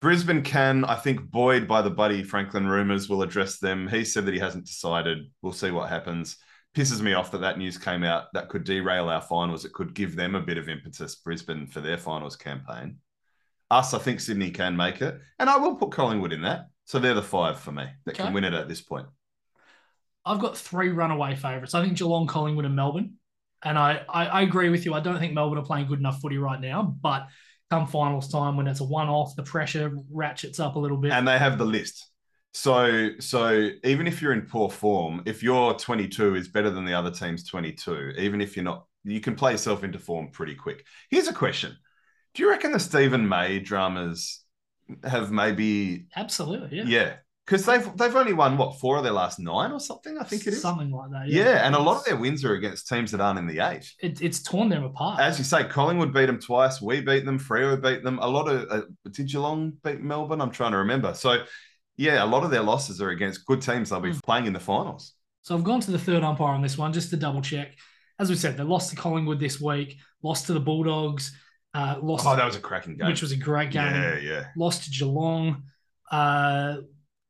Speaker 1: Brisbane can. I think buoyed by the Buddy Franklin rumors will address them. He said that he hasn't decided. We'll see what happens. Pisses me off that that news came out. That could derail our finals. It could give them a bit of impetus, Brisbane, for their finals campaign. Us, I think Sydney can make it. And I will put Collingwood in that. So they're the five for me that
Speaker 2: Okay.
Speaker 1: can win it at this point.
Speaker 2: I've got three runaway favourites. I think Geelong, Collingwood, and Melbourne. And I, I, I agree with you. I don't think Melbourne are playing good enough footy right now, but come finals time when it's a one off, the pressure ratchets up a little bit.
Speaker 1: and they have the list. So so even if you're in poor form, if your 22 is better than the other team's 22, even if you're not, you can play yourself into form pretty quick. Here's a question: Do you reckon the Stephen May dramas have maybe
Speaker 2: Absolutely. Yeah.
Speaker 1: yeah? Because they've they've only won what four of their last nine or something. I think it is.
Speaker 2: Something like that.
Speaker 1: yeah. and a lot of their wins are against teams that aren't in the eight.
Speaker 2: It, it's torn them apart.
Speaker 1: As you say, Collingwood beat them twice. We beat them. Freo beat them. A lot of uh, did Geelong beat Melbourne? I'm trying to remember. So, yeah, a lot of their losses are against good teams they'll be
Speaker 2: Mm.
Speaker 1: playing in the finals.
Speaker 2: So I've gone to the third umpire on this one just to double check. As we said, they lost to Collingwood this week, lost to the Bulldogs. uh, lost,
Speaker 1: Oh, that was a cracking game.
Speaker 2: which was a great game.
Speaker 1: Yeah, yeah.
Speaker 2: Lost to Geelong. Uh,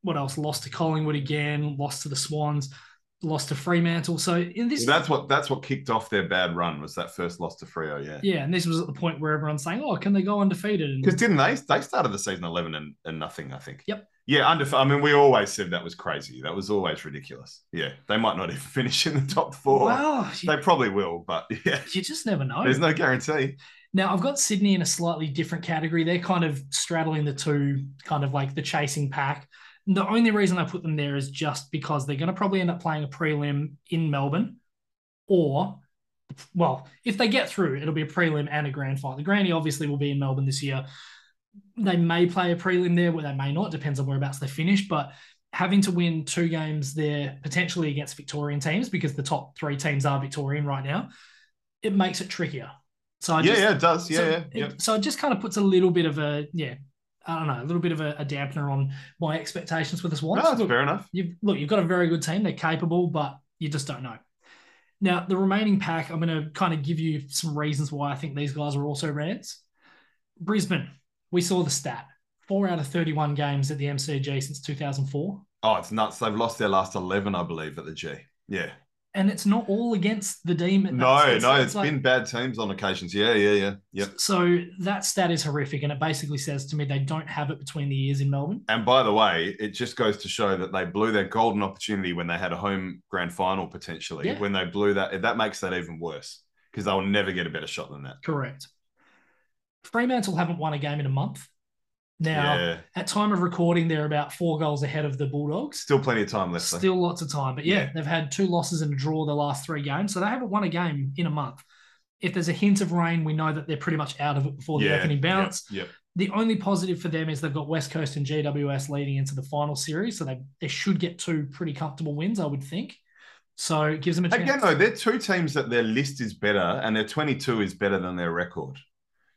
Speaker 2: what else? Lost to Collingwood again. Lost to the Swans. Lost to Fremantle. So in this,
Speaker 1: So that's what that's what kicked off their bad run was that first loss to Frio. Yeah,
Speaker 2: yeah, and this was at the point where everyone's saying, "Oh, can they go undefeated?" And
Speaker 1: because didn't they they started the season eleven and, and nothing? I think.
Speaker 2: Yep.
Speaker 1: Yeah, under. I mean, we always said that was crazy. That was always ridiculous. Yeah, they might not <laughs> even finish in the top four.
Speaker 2: well, you,
Speaker 1: they probably will, but <laughs> yeah,
Speaker 2: you just never know.
Speaker 1: there's no guarantee.
Speaker 2: Now I've got Sydney in a slightly different category. They're kind of straddling the two, kind of like the chasing pack. And The only reason I put them there is just because they're going to probably end up playing a prelim in Melbourne, or well, if they get through, it'll be a prelim and a grand final. The granny obviously will be in Melbourne this year. They may play a prelim there, where they may not. Depends on whereabouts they finish. But having to win two games there potentially against Victorian teams because the top three teams are Victorian right now, it makes it trickier. So I
Speaker 1: yeah,
Speaker 2: just,
Speaker 1: yeah, it does. Yeah,
Speaker 2: so,
Speaker 1: yeah, yeah.
Speaker 2: It, so it just kind of puts a little bit of a yeah, I don't know, a little bit of a, a dampener on my expectations for the
Speaker 1: No,
Speaker 2: Swans.
Speaker 1: that's
Speaker 2: look,
Speaker 1: fair enough.
Speaker 2: you've, look, you've got a very good team; they're capable, but you just don't know. Now, the remaining pack, I'm going to kind of give you some reasons why I think these guys are also rants. Brisbane, we saw the stat: four out of 31 games at the MCG since 2004,
Speaker 1: Oh, it's nuts. They've lost their last eleven, I believe, at the G. Yeah.
Speaker 2: and it's not all against the Demon.
Speaker 1: No, no, it's been bad teams on occasions. Yeah, yeah, yeah, yep.
Speaker 2: So that stat is horrific, and it basically says to me they don't have it between the ears in Melbourne.
Speaker 1: And by the way, it just goes to show that they blew their golden opportunity when they had a home grand final potentially.
Speaker 2: Yeah.
Speaker 1: When they blew that, that makes that even worse because they'll never get a better shot than that.
Speaker 2: Correct. Fremantle haven't won a game in a month. Now,
Speaker 1: yeah,
Speaker 2: at time of recording, they're about four goals ahead of the Bulldogs.
Speaker 1: still plenty of time left. though.
Speaker 2: Still lots of time. But yeah,
Speaker 1: Yeah.
Speaker 2: they've had two losses and a draw the last three games. So they haven't won a game in a month. If there's a hint of rain, we know that they're pretty much out of it before the
Speaker 1: yeah,
Speaker 2: opening bounce.
Speaker 1: Yep,
Speaker 2: The only positive for them is they've got West Coast and GWS leading into the final series. So they, they should get two pretty comfortable wins, I would think. So it gives them a
Speaker 1: yep.
Speaker 2: chance.
Speaker 1: Again, though, they're two teams that their list is better and their 22 is better than their record.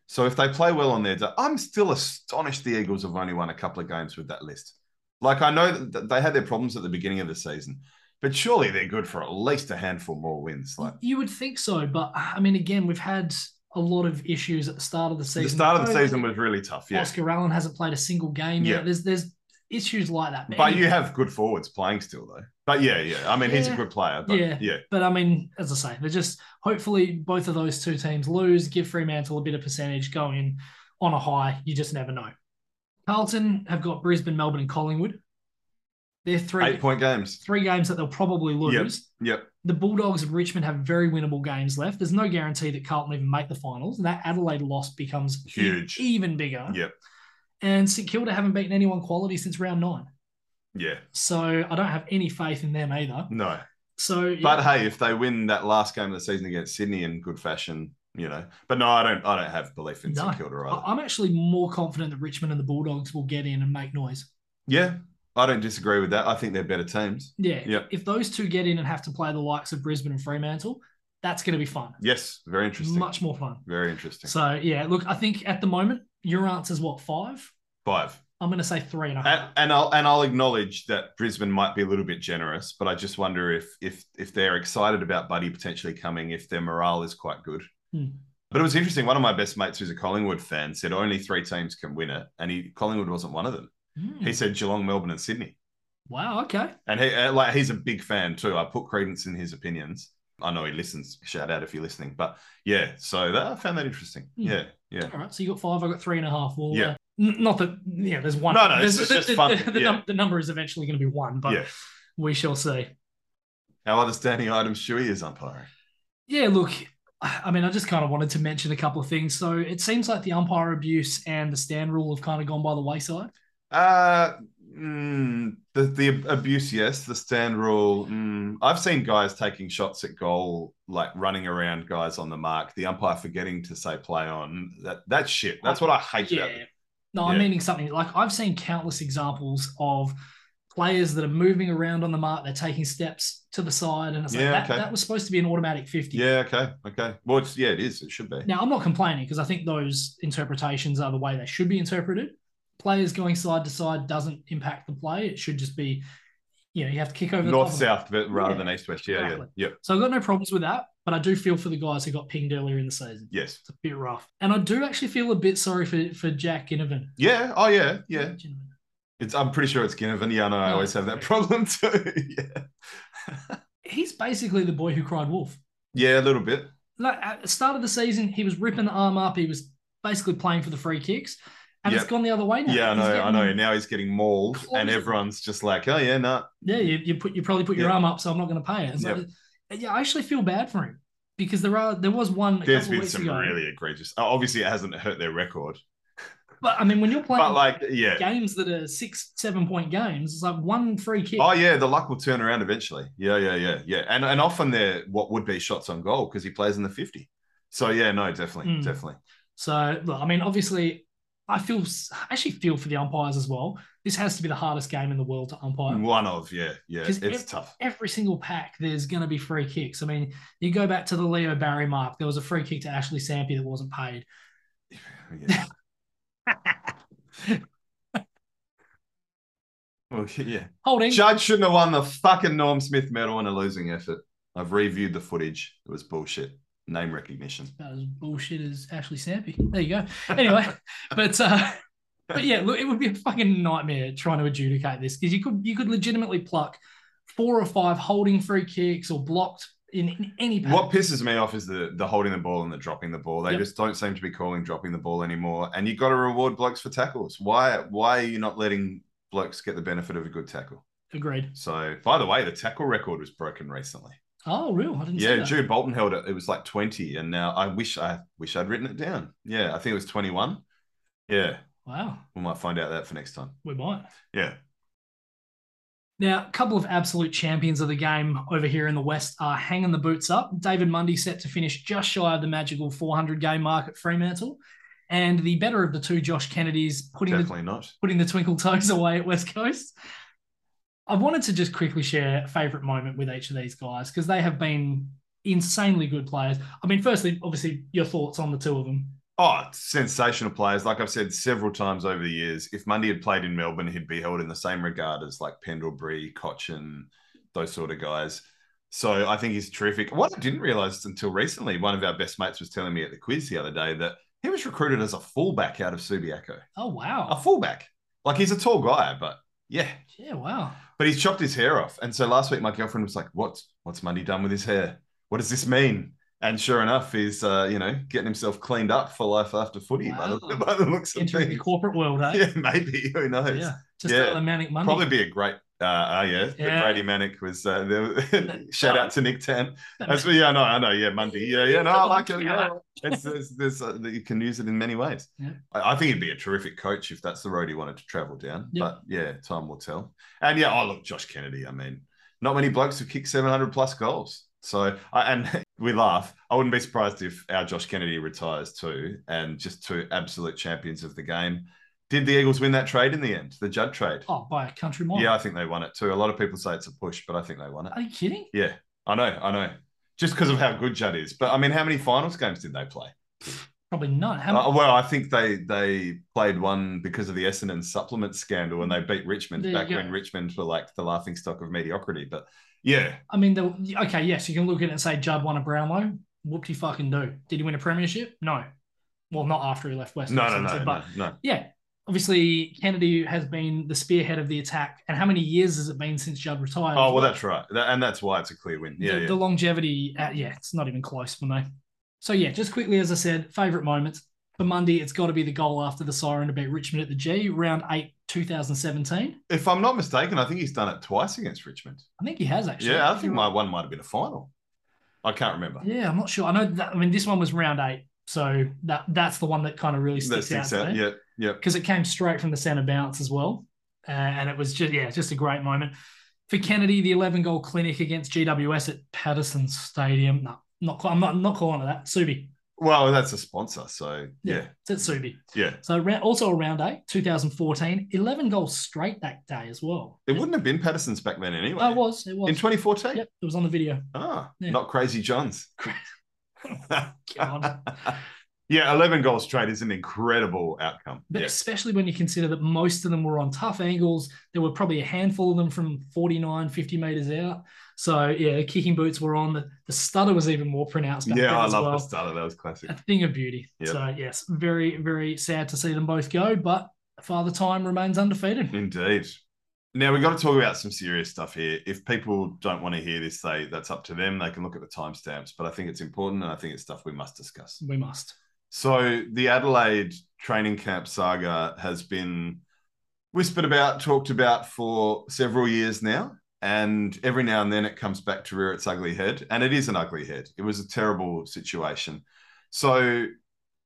Speaker 1: So if they play well on their day, I'm still astonished the Eagles have only won a couple of games with that list. Like I know that they had their problems at the beginning of the season, but surely they're good for at least a handful more wins. Like
Speaker 2: You would think so, but I mean, again, we've had a lot of issues at the start of the season.
Speaker 1: the start of the
Speaker 2: Oh,
Speaker 1: season was really tough. Yeah.
Speaker 2: Oscar Allen hasn't played a single game
Speaker 1: Yeah.
Speaker 2: yet. There's there's issues like that.
Speaker 1: But
Speaker 2: anyway-
Speaker 1: you have good forwards playing still, though. But yeah, yeah. I mean, he's a
Speaker 2: Yeah.
Speaker 1: good player. But yeah.
Speaker 2: Yeah. But I mean, as I say, they're just hopefully both of those two teams lose, give Fremantle a bit of percentage, go in on a high. You just never know. Carlton have got Brisbane, Melbourne, and Collingwood. They're three
Speaker 1: Eight point games.
Speaker 2: three games that they'll probably lose.
Speaker 1: Yep.
Speaker 2: the Bulldogs and Richmond have very winnable games left. There's no guarantee that Carlton even make the finals. That Adelaide loss becomes e-
Speaker 1: Huge.
Speaker 2: even bigger.
Speaker 1: Yep.
Speaker 2: And St Kilda haven't beaten anyone quality since round nine,
Speaker 1: Yeah.
Speaker 2: so I don't have any faith in them either.
Speaker 1: No.
Speaker 2: So, yeah,
Speaker 1: But hey, if they win that last game of the season against Sydney in good fashion, you know. But no, I don't. I don't have belief in
Speaker 2: No.
Speaker 1: St Kilda either.
Speaker 2: I- I'm actually more confident that Richmond and the Bulldogs will get in and make noise.
Speaker 1: yeah, I don't disagree with that. I think they're better teams.
Speaker 2: Yeah,
Speaker 1: Yep.
Speaker 2: if those two get in and have to play the likes of Brisbane and Fremantle, that's going to be fun.
Speaker 1: Yes, very interesting.
Speaker 2: Much more fun.
Speaker 1: very interesting.
Speaker 2: So yeah, look, I think at the moment your answer's what five.
Speaker 1: Five.
Speaker 2: I'm going to say three and a half.
Speaker 1: And, and I'll and I'll acknowledge that Brisbane might be a little bit generous, but I just wonder if if if they're excited about Buddy potentially coming, if their morale is quite good.
Speaker 2: Hmm.
Speaker 1: But it was interesting. One of my best mates, who's a Collingwood fan, said only three teams can win it, and he Collingwood wasn't one of them.
Speaker 2: Hmm.
Speaker 1: He said Geelong, Melbourne, and Sydney,
Speaker 2: Wow. Okay.
Speaker 1: and he uh, like he's a big fan too. I put credence in his opinions. I know he listens. Shout out if you're listening. But yeah, so that, I found that interesting.
Speaker 2: Hmm.
Speaker 1: Yeah, yeah.
Speaker 2: All right, so you got five. I got three and a half. Well,
Speaker 1: Yeah.
Speaker 2: uh, n- not that yeah, there's one.
Speaker 1: No, no,
Speaker 2: there's,
Speaker 1: it's
Speaker 2: the,
Speaker 1: just
Speaker 2: the,
Speaker 1: fun.
Speaker 2: The, the
Speaker 1: Yeah.
Speaker 2: num- the number is eventually going to be one, but
Speaker 1: Yeah.
Speaker 2: we shall see.
Speaker 1: Our other standing item, Shuey is umpiring.
Speaker 2: Yeah, look, I mean, I just kind of wanted to mention a couple of things. So it seems like the umpire abuse and the stand rule have kind of gone by the wayside.
Speaker 1: Uh, mm, the the abuse, yes. The stand rule. Mm. I've seen guys taking shots at goal, like running around guys on the mark. The umpire forgetting to say play on. That that's shit. That's what I hate
Speaker 2: Yeah.
Speaker 1: about it.
Speaker 2: No, I'm
Speaker 1: Yeah.
Speaker 2: meaning something like I've seen countless examples of players that are moving around on the mark, they're taking steps to the side, and it's like
Speaker 1: Yeah,
Speaker 2: that,
Speaker 1: okay.
Speaker 2: that was supposed to be an automatic 50.
Speaker 1: Yeah. Okay. Okay. Well, it's, yeah, it is. It should be.
Speaker 2: Now, I'm not complaining because I think those interpretations are the way they should be interpreted. Players going side to side doesn't impact the play. It should just be, you know, you have to kick over the
Speaker 1: North
Speaker 2: top of it.
Speaker 1: south but rather
Speaker 2: Yeah.
Speaker 1: than east west. Yeah.
Speaker 2: Exactly.
Speaker 1: Yeah. Yep.
Speaker 2: So I've got no problems with that. But I do feel for the guys who got pinged earlier in the season.
Speaker 1: Yes.
Speaker 2: It's a bit rough. And I do actually feel a bit sorry for, for Jack Ginnivan.
Speaker 1: Yeah. Oh, yeah. Oh, Yeah. It's, I'm pretty sure it's Ginnivan. Yeah, no, I always have that problem <laughs> too. yeah.
Speaker 2: He's basically the boy who cried wolf.
Speaker 1: Yeah, a little bit.
Speaker 2: Like at the start of the season, he was ripping the arm up. He was basically playing for the free kicks. And
Speaker 1: Yep.
Speaker 2: it's gone the other way now.
Speaker 1: Yeah, I
Speaker 2: He's
Speaker 1: know. I
Speaker 2: getting-
Speaker 1: know. Now he's getting mauled, and
Speaker 2: Close.
Speaker 1: everyone's just like, oh, yeah, no.
Speaker 2: Yeah, you, you put you probably put your
Speaker 1: Yeah.
Speaker 2: arm up, so I'm not going to pay it. It's
Speaker 1: Yep.
Speaker 2: like- uh, yeah, I actually feel bad for him because there are there was one. A
Speaker 1: There's
Speaker 2: couple
Speaker 1: been
Speaker 2: weeks
Speaker 1: some
Speaker 2: ago,
Speaker 1: really egregious. oh, Obviously, it hasn't hurt their record,
Speaker 2: But I mean, when you're playing
Speaker 1: but like, yeah.
Speaker 2: games that are six, seven point games, it's like one free kick.
Speaker 1: Oh yeah, the luck will turn around eventually. Yeah, yeah, yeah, yeah. And and often they're what would be shots on goal because he plays in the fifty. So yeah, no, definitely,
Speaker 2: Mm.
Speaker 1: definitely.
Speaker 2: So look, I mean, obviously, I feel I actually feel for the umpires as well. This has to be the hardest game in the world to umpire.
Speaker 1: One of yeah, yeah.
Speaker 2: 'Cause
Speaker 1: It's
Speaker 2: if-
Speaker 1: <laughs> tough.
Speaker 2: Every single pack, there's going to be free kicks. I mean, you go back to the Leo Barry mark. There was a free kick to Ashley Sampy that wasn't paid.
Speaker 1: Yeah. <laughs> well, yeah.
Speaker 2: Holding.
Speaker 1: Judge shouldn't have won the fucking Norm Smith medal in a losing effort. I've reviewed the footage. It was bullshit. Name recognition.
Speaker 2: about as bullshit as Ashley Sampy. There you go.
Speaker 1: <laughs>
Speaker 2: Anyway, but uh, but yeah, look, it would be a fucking nightmare trying to adjudicate this because you could you could legitimately pluck four or five holding free kicks or blocked in, in any pack.
Speaker 1: What pisses me off is the the holding the ball and the dropping the ball. They
Speaker 2: Yep.
Speaker 1: just don't seem to be calling dropping the ball anymore. And you got to reward blokes for tackles. Why why are you not letting blokes get the benefit of a good tackle?
Speaker 2: Agreed.
Speaker 1: So by the way, the tackle record was broken recently.
Speaker 2: Oh, real? I didn't. see
Speaker 1: Yeah,
Speaker 2: that.
Speaker 1: Drew Bolton held it. It was like twenty, and now I wish I wish I'd written it down. Yeah, I think it was twenty one. Yeah,
Speaker 2: Wow,
Speaker 1: we might find out that for next time.
Speaker 2: we might.
Speaker 1: Yeah,
Speaker 2: Now, a couple of absolute champions of the game over here in the West are hanging the boots up. David Mundy set to finish just shy of the magical 400 game mark at Fremantle, and the better of the two, Josh Kennedy's putting the
Speaker 1: definitely not.
Speaker 2: putting the twinkle toes <laughs> away at West Coast. I wanted to just quickly share a favorite moment with each of these guys because they have been insanely good players. I mean, firstly, obviously, your thoughts on the two of them.
Speaker 1: Oh, sensational players. Like I've said several times over the years, if Mundy had played in Melbourne, he'd be held in the same regard as like Pendlebury, Cochin, those sort of guys. So I think he's terrific. What I didn't realize until recently, one of our best mates was telling me at the quiz the other day that he was recruited as a fullback out of Subiaco.
Speaker 2: Oh,
Speaker 1: A
Speaker 2: wow.
Speaker 1: fullback. Like he's a tall guy, but yeah.
Speaker 2: Yeah, wow.
Speaker 1: But he's chopped his hair off. And so last week my girlfriend was like, What's what's Mundy done with his hair? What does this mean? And sure enough, he's uh, you know, getting himself cleaned up for life after footy by, the,
Speaker 2: Wow.
Speaker 1: <laughs> by the looks of
Speaker 2: Entering the
Speaker 1: things.
Speaker 2: corporate world, eh?
Speaker 1: <laughs> Yeah, maybe. Who knows?
Speaker 2: Yeah. Just
Speaker 1: Yeah.
Speaker 2: yeah. manic money.
Speaker 1: Probably be a great uh, uh yeah, the
Speaker 2: Yeah.
Speaker 1: Brady Manic was uh, the, <laughs> shout out to Nick Tan.
Speaker 2: That
Speaker 1: That's what, yeah, I know, I know, yeah, Mundy. Yeah, yeah, no, I like it. Yeah. It's, it's, there's, uh, you can use it in many ways.
Speaker 2: Yeah.
Speaker 1: I, I think he'd be a terrific coach if that's the road he wanted to travel down.
Speaker 2: Yeah.
Speaker 1: But yeah, time will tell. And yeah, oh look, Josh Kennedy. I mean, not many blokes who kick 700 plus goals. So I, and <laughs> we laugh. I wouldn't be surprised if our Josh Kennedy retires too, and just two absolute champions of the game. Did the Eagles win that trade in the end? The Judd trade?
Speaker 2: Oh, by a country mile.
Speaker 1: yeah, I think they won it too. A lot of people say it's a push, but I think they won it.
Speaker 2: Are you kidding?
Speaker 1: Yeah, I know, I know. Just because of how good Judd is. But I mean, how many finals games did they play?
Speaker 2: Probably not. How
Speaker 1: Uh, well, I think they they played one because of the Essendon supplement scandal, and they beat Richmond
Speaker 2: There you
Speaker 1: back
Speaker 2: go.
Speaker 1: when Richmond were like the laughing stock of mediocrity. But yeah,
Speaker 2: I mean, the, okay, yes, you can look at it and say Judd won a Brownlow. Whoop de fucking do. Did he win a premiership? No. Well, not after he left West.
Speaker 1: no, no,
Speaker 2: Ham,
Speaker 1: no,
Speaker 2: but
Speaker 1: no, no.
Speaker 2: yeah, obviously Kennedy has been the spearhead of the attack. And how many years has it been since Judd retired?
Speaker 1: Oh well, that's right, That- and that's why it's a clear win. Yeah,
Speaker 2: the,
Speaker 1: yeah.
Speaker 2: the longevity. Uh, yeah, it's not even close for me. So yeah, just quickly as I said, favorite moments for Monday. It's got to be the goal after the siren to beat Richmond at the G, round eight, 2017.
Speaker 1: If I'm not mistaken, I think he's done it twice against Richmond.
Speaker 2: I think he has actually.
Speaker 1: yeah, I think my one might have been a final. I can't remember.
Speaker 2: Yeah, I'm not sure. I know. That, I mean, this one was round eight, so that that's the one that kind of really
Speaker 1: that
Speaker 2: sticks,
Speaker 1: sticks
Speaker 2: out. eh?
Speaker 1: out. Yeah, yeah.
Speaker 2: because it came straight from the center bounce as well. Uh, and it was just, yeah, just a great moment. For Kennedy, the 11 goal clinic against GWS at Patterson Stadium. No, not quite, I'm not, not calling it that. Subi.
Speaker 1: Well, that's a sponsor, so yeah,
Speaker 2: It's at Subi.
Speaker 1: yeah.
Speaker 2: So ra- also a round eight, 2014, 11 goals straight that day as well.
Speaker 1: It wouldn't have been Patterson's back then anyway.
Speaker 2: Oh, it was. It was.
Speaker 1: in 2014.
Speaker 2: Yep, it was on the video.
Speaker 1: Ah, <laughs>
Speaker 2: Yeah.
Speaker 1: not Crazy John's.
Speaker 2: God.
Speaker 1: <laughs> Yeah, 11 goals straight is an incredible outcome.
Speaker 2: But
Speaker 1: Yeah.
Speaker 2: especially when you consider that most of them were on tough angles. There were probably a handful of them from 49, 50 meters out. So, yeah, kicking boots were on. The, the stutter was even more pronounced. back
Speaker 1: Yeah,
Speaker 2: then
Speaker 1: I
Speaker 2: as
Speaker 1: love
Speaker 2: well.
Speaker 1: the starter. That was classic.
Speaker 2: A thing of beauty.
Speaker 1: Yep.
Speaker 2: So, yes, very, very sad to see them both go, but Father Time remains undefeated.
Speaker 1: Indeed. Now we've got to talk about some serious stuff here. If people don't want to hear this, they that's up to them. They can look at the timestamps, but I think it's important and I think it's stuff we must discuss.
Speaker 2: We must.
Speaker 1: So the Adelaide training camp saga has been whispered about, talked about for several years now. And every now and then it comes back to rear its ugly head. And it is an ugly head. It was a terrible situation. So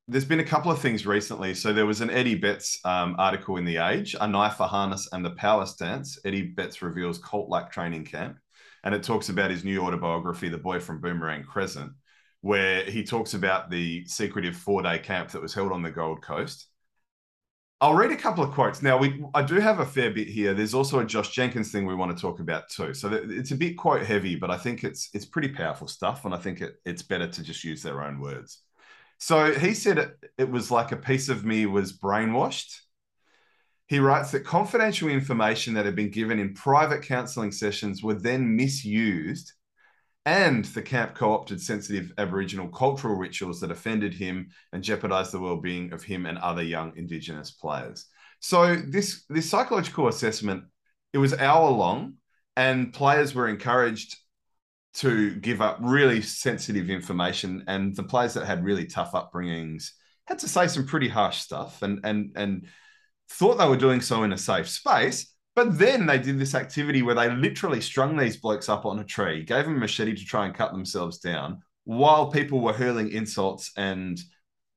Speaker 1: there's been a couple of things recently. So there was an Eddie Betts um, article in The Age, A Knife, a Harness, and the Power Stance. Eddie Betts reveals cult like training camp. And it talks about his new autobiography, The Boy from Boomerang Crescent, where he talks about the secretive four day camp that was held on the Gold Coast. I'll read a couple of quotes. Now, we I do have a fair bit here. There's also a Josh Jenkins thing we want to talk about too. So that- it's a bit quote heavy, but I think it's it's pretty powerful stuff, and I think it, it's better to just use their own words. So he said it, it was like a piece of me was brainwashed. He writes that confidential information that had been given in private counseling sessions were then misused, and the camp co opted sensitive Aboriginal cultural rituals that offended him and jeopardized the well being of him and other young Indigenous players. So, this, this psychological assessment, it was hour long, and players were encouraged to give up really sensitive information and the players that had really tough upbringings had to say some pretty harsh stuff and and and thought they were doing so in a safe space but then they did this activity where they literally strung these blokes up on a tree gave them a machete to try and cut themselves down while people were hurling insults and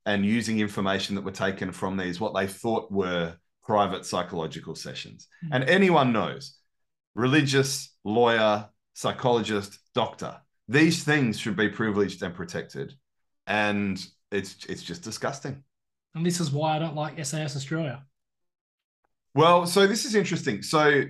Speaker 1: and using information that were taken from these what they thought were private psychological sessions and anyone knows religious lawyer psychologist, doctor. These things should be privileged and protected. And it's it's just disgusting.
Speaker 2: And this is why I don't like SAS Australia.
Speaker 1: Well, so this is interesting. So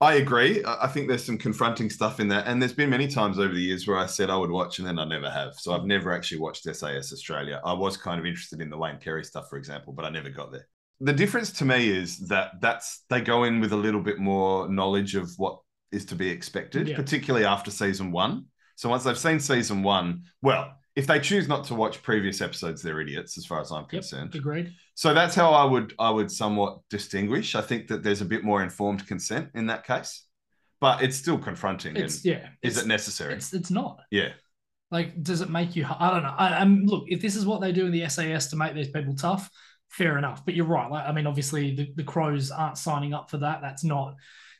Speaker 1: I agree. I I think there's some confronting stuff in that. And there's been many times over the years where I said I would watch and then I never have. So I've never actually watched SAS Australia. I was kind of interested in the Wayne Carey stuff, for example, but I never got there. The difference to me is that that's they go in with a little bit more knowledge of what is to be expected,
Speaker 2: Yeah.
Speaker 1: particularly after season one. So once they've seen season one, well, if they choose not to watch previous episodes, they're idiots, as far as I'm concerned.
Speaker 2: Agreed.
Speaker 1: So that's how I would I would somewhat distinguish. I think that there's a bit more informed consent in that case, but it's still confronting.
Speaker 2: It's
Speaker 1: and
Speaker 2: yeah.
Speaker 1: is
Speaker 2: it's,
Speaker 1: it necessary?
Speaker 2: It's it's not.
Speaker 1: Yeah,
Speaker 2: Like, does it make you? I don't know. I, I'm look. If this is what they do in the SAS to make these people tough, fair enough. But you're right. Like, I mean, obviously the, the crows aren't signing up for that. That's not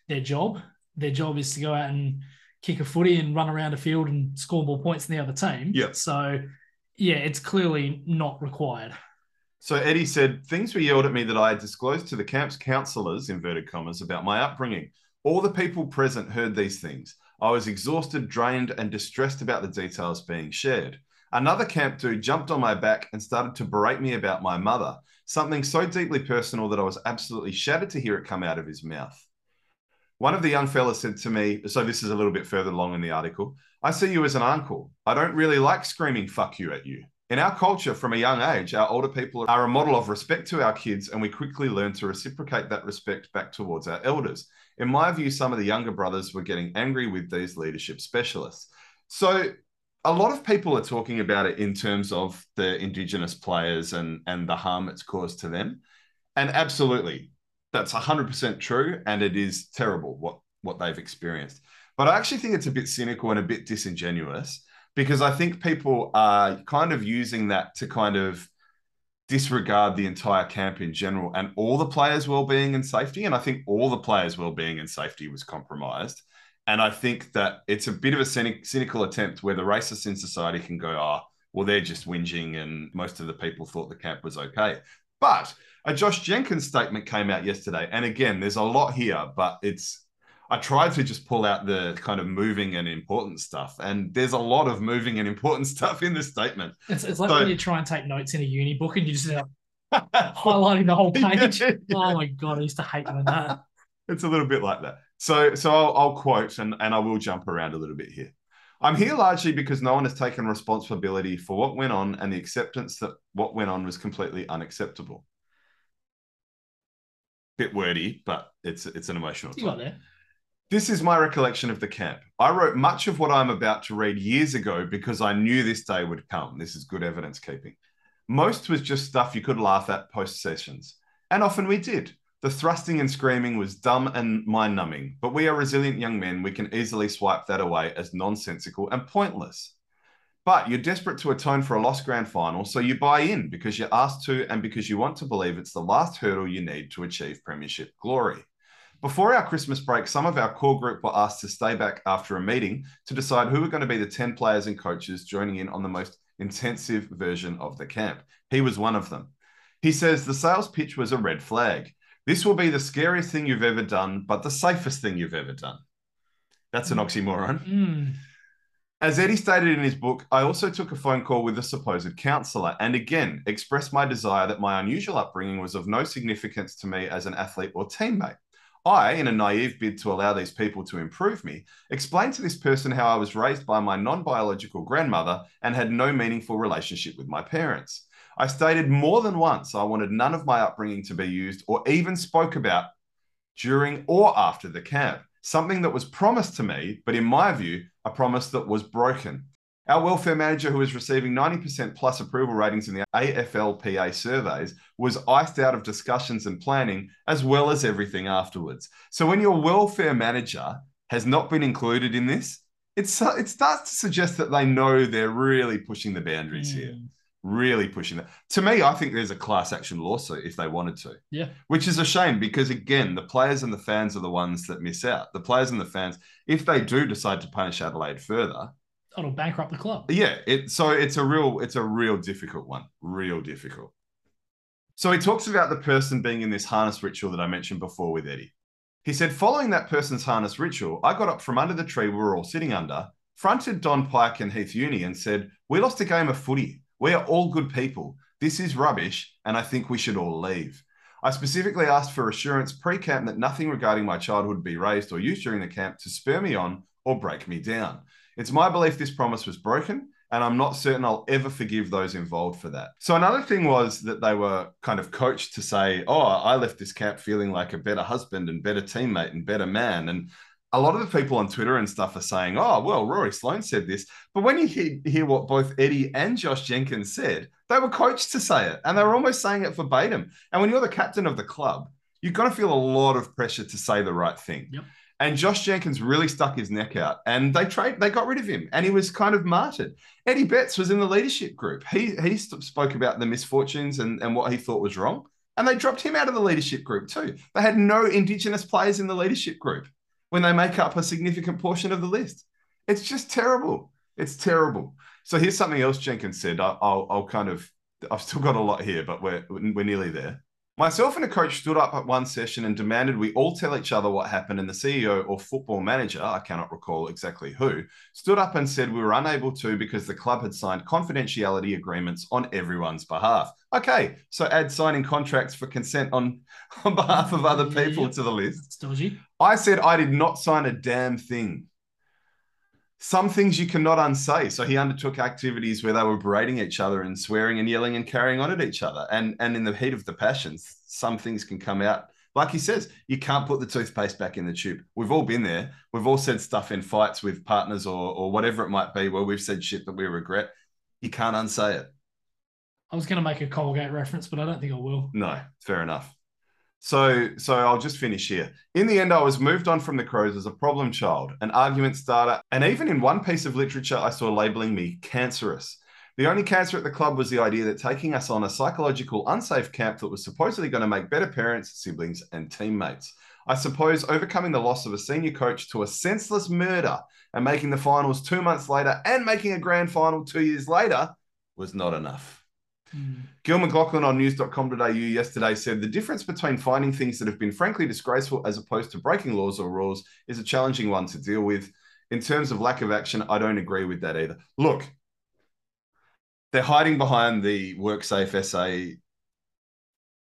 Speaker 2: their job. Their job is to go out and kick a footy and run around a field and score more points than the other team.
Speaker 1: Yeah.
Speaker 2: So, yeah, it's clearly not required.
Speaker 1: So Eddie said, things were yelled at me that I had disclosed to the camp's counselors, inverted commas, about my upbringing. All the people present heard these things. I was exhausted, drained, and distressed about the details being shared. Another camp dude jumped on my back and started to berate me about my mother, something so deeply personal that I was absolutely shattered to hear it come out of his mouth. One of the young fellas said to me, so this is a little bit further along in the article, I see you as an uncle. I don't really like screaming fuck you at you. In our culture, from a young age, our older people are a model of respect to our kids, and we quickly learn to reciprocate that respect back towards our elders. In my view, some of the younger brothers were getting angry with these leadership specialists. So, a lot of people are talking about it in terms of the Indigenous players and, and the harm it's caused to them. And absolutely, that's 100% true. And it is terrible what, what they've experienced. But I actually think it's a bit cynical and a bit disingenuous because I think people are kind of using that to kind of disregard the entire camp in general and all the players' well-being and safety. And I think all the players' well-being and safety was compromised. And I think that it's a bit of a cynic, cynical attempt where the racists in society can go, "Ah, well, they're just whinging," and most of the people thought the camp was okay. But a Josh Jenkins statement came out yesterday, and again, there's a lot here, but it's I tried to just pull out the kind of moving and important stuff, and there's a lot of moving and important <laughs> stuff in this statement.
Speaker 2: It's, it's like
Speaker 1: So-
Speaker 2: when you try and take notes in a uni book and you just end up
Speaker 1: <laughs>
Speaker 2: highlighting the whole page.
Speaker 1: Yeah. <laughs>
Speaker 2: Oh my god, I used to hate doing that.
Speaker 1: It's a little bit like that. So, so I'll, I'll quote and, and I will jump around a little bit here. I'm here largely because no one has taken responsibility for what went on and the acceptance that what went on was completely unacceptable. Bit wordy, but it's it's an emotional.
Speaker 2: You got
Speaker 1: topic.
Speaker 2: there.
Speaker 1: This is my recollection of the camp. I wrote much of what I'm about to read years ago because I knew this day would come. This is good evidence keeping. Most was just stuff you could laugh at post sessions, and often we did. The thrusting and screaming was dumb and mind numbing, but we are resilient young men. We can easily swipe that away as nonsensical and pointless. But you're desperate to atone for a lost grand final, so you buy in because you're asked to and because you want to believe it's the last hurdle you need to achieve Premiership glory. Before our Christmas break, some of our core group were asked to stay back after a meeting to decide who were going to be the 10 players and coaches joining in on the most intensive version of the camp. He was one of them. He says the sales pitch was a red flag. This will be the scariest thing you've ever done, but the safest thing you've ever done. That's an oxymoron.
Speaker 2: Mm.
Speaker 1: As Eddie stated in his book, I also took a phone call with a supposed counselor and again expressed my desire that my unusual upbringing was of no significance to me as an athlete or teammate. I, in a naive bid to allow these people to improve me, explained to this person how I was raised by my non biological grandmother and had no meaningful relationship with my parents. I stated more than once I wanted none of my upbringing to be used or even spoke about during or after the camp, something that was promised to me, but in my view, a promise that was broken. Our welfare manager, who was receiving 90% plus approval ratings in the AFLPA surveys, was iced out of discussions and planning, as well as everything afterwards. So, when your welfare manager has not been included in this, it's, it starts to suggest that they know they're really pushing the boundaries here
Speaker 2: Mm.
Speaker 1: really pushing that. To me, I think there's a class action lawsuit if they wanted to.
Speaker 2: Yeah.
Speaker 1: Which is a shame because again, the players and the fans are the ones that miss out. The players and the fans, if they do decide to punish Adelaide further,
Speaker 2: It'll bankrupt the club.
Speaker 1: yeah, it so it's a real it's a real difficult one. Real difficult. So he talks about the person being in this harness ritual that I mentioned before with Eddie. He said, following that person's harness ritual, I got up from under the tree we were all sitting under, fronted Don Pike and Heath Uni and said, We lost a game of footy. We are all good people. This is rubbish, and I think we should all leave. I specifically asked for assurance pre camp that nothing regarding my childhood would be raised or used during the camp to spur me on or break me down. It's my belief this promise was broken, and I'm not certain I'll ever forgive those involved for that. So, another thing was that they were kind of coached to say, Oh, I left this camp feeling like a better husband and better teammate and better man. And a lot of the people on Twitter and stuff are saying, Oh, well, Rory Sloan said this. But when you hear, hear what both Eddie and Josh Jenkins said, they were coached to say it, and they were almost saying it verbatim. And when you're the captain of the club, you've got to feel a lot of pressure to say the right thing.
Speaker 2: Yep.
Speaker 1: And Josh Jenkins really stuck his neck out, and they trade they got rid of him, and he was kind of martyred. Eddie Betts was in the leadership group. He he st- spoke about the misfortunes and, and what he thought was wrong, and they dropped him out of the leadership group too. They had no Indigenous players in the leadership group when they make up a significant portion of the list. It's just terrible. It's terrible. So here's something else Jenkins said. I, I'll, I'll kind of, I've still got a lot here, but we're we're nearly there. Myself and a coach stood up at one session and demanded we all tell each other what happened. And the CEO or football manager, I cannot recall exactly who, stood up and said we were unable to because the club had signed confidentiality agreements on everyone's behalf. Okay, so add signing contracts for consent on <laughs> on behalf of other
Speaker 2: Yeah,
Speaker 1: people
Speaker 2: yeah.
Speaker 1: to the list.
Speaker 2: It's dodgy.
Speaker 1: I said I did not sign a damn thing. Some things you cannot unsay. So he undertook activities where they were berating each other and swearing and yelling and carrying on at each other. And and in the heat of the passions, some things can come out. Like he says, you can't put the toothpaste back in the tube. We've all been there. We've all said stuff in fights with partners or or whatever it might be where we've said shit that we regret. You can't unsay it.
Speaker 2: I was going to make a Colgate reference, but I don't think I will.
Speaker 1: No, fair enough. So, so I'll just finish here. In the end, I was moved on from the Crows as a problem child, an argument starter, and even in one piece of literature, I saw labeling me cancerous. The only cancer at the club was the idea that taking us on a psychological unsafe camp that was supposedly going to make better parents, siblings, and teammates. I suppose overcoming the loss of a senior coach to a senseless murder and making the finals two months later and making a grand final two years later was not enough.
Speaker 2: Mm.
Speaker 1: Gil McLaughlin on news.com.au yesterday said the difference between finding things that have been frankly disgraceful as opposed to breaking laws or rules is a challenging one to deal with. In terms of lack of action, I don't agree with that either. Look, they're hiding behind the WorkSafe SA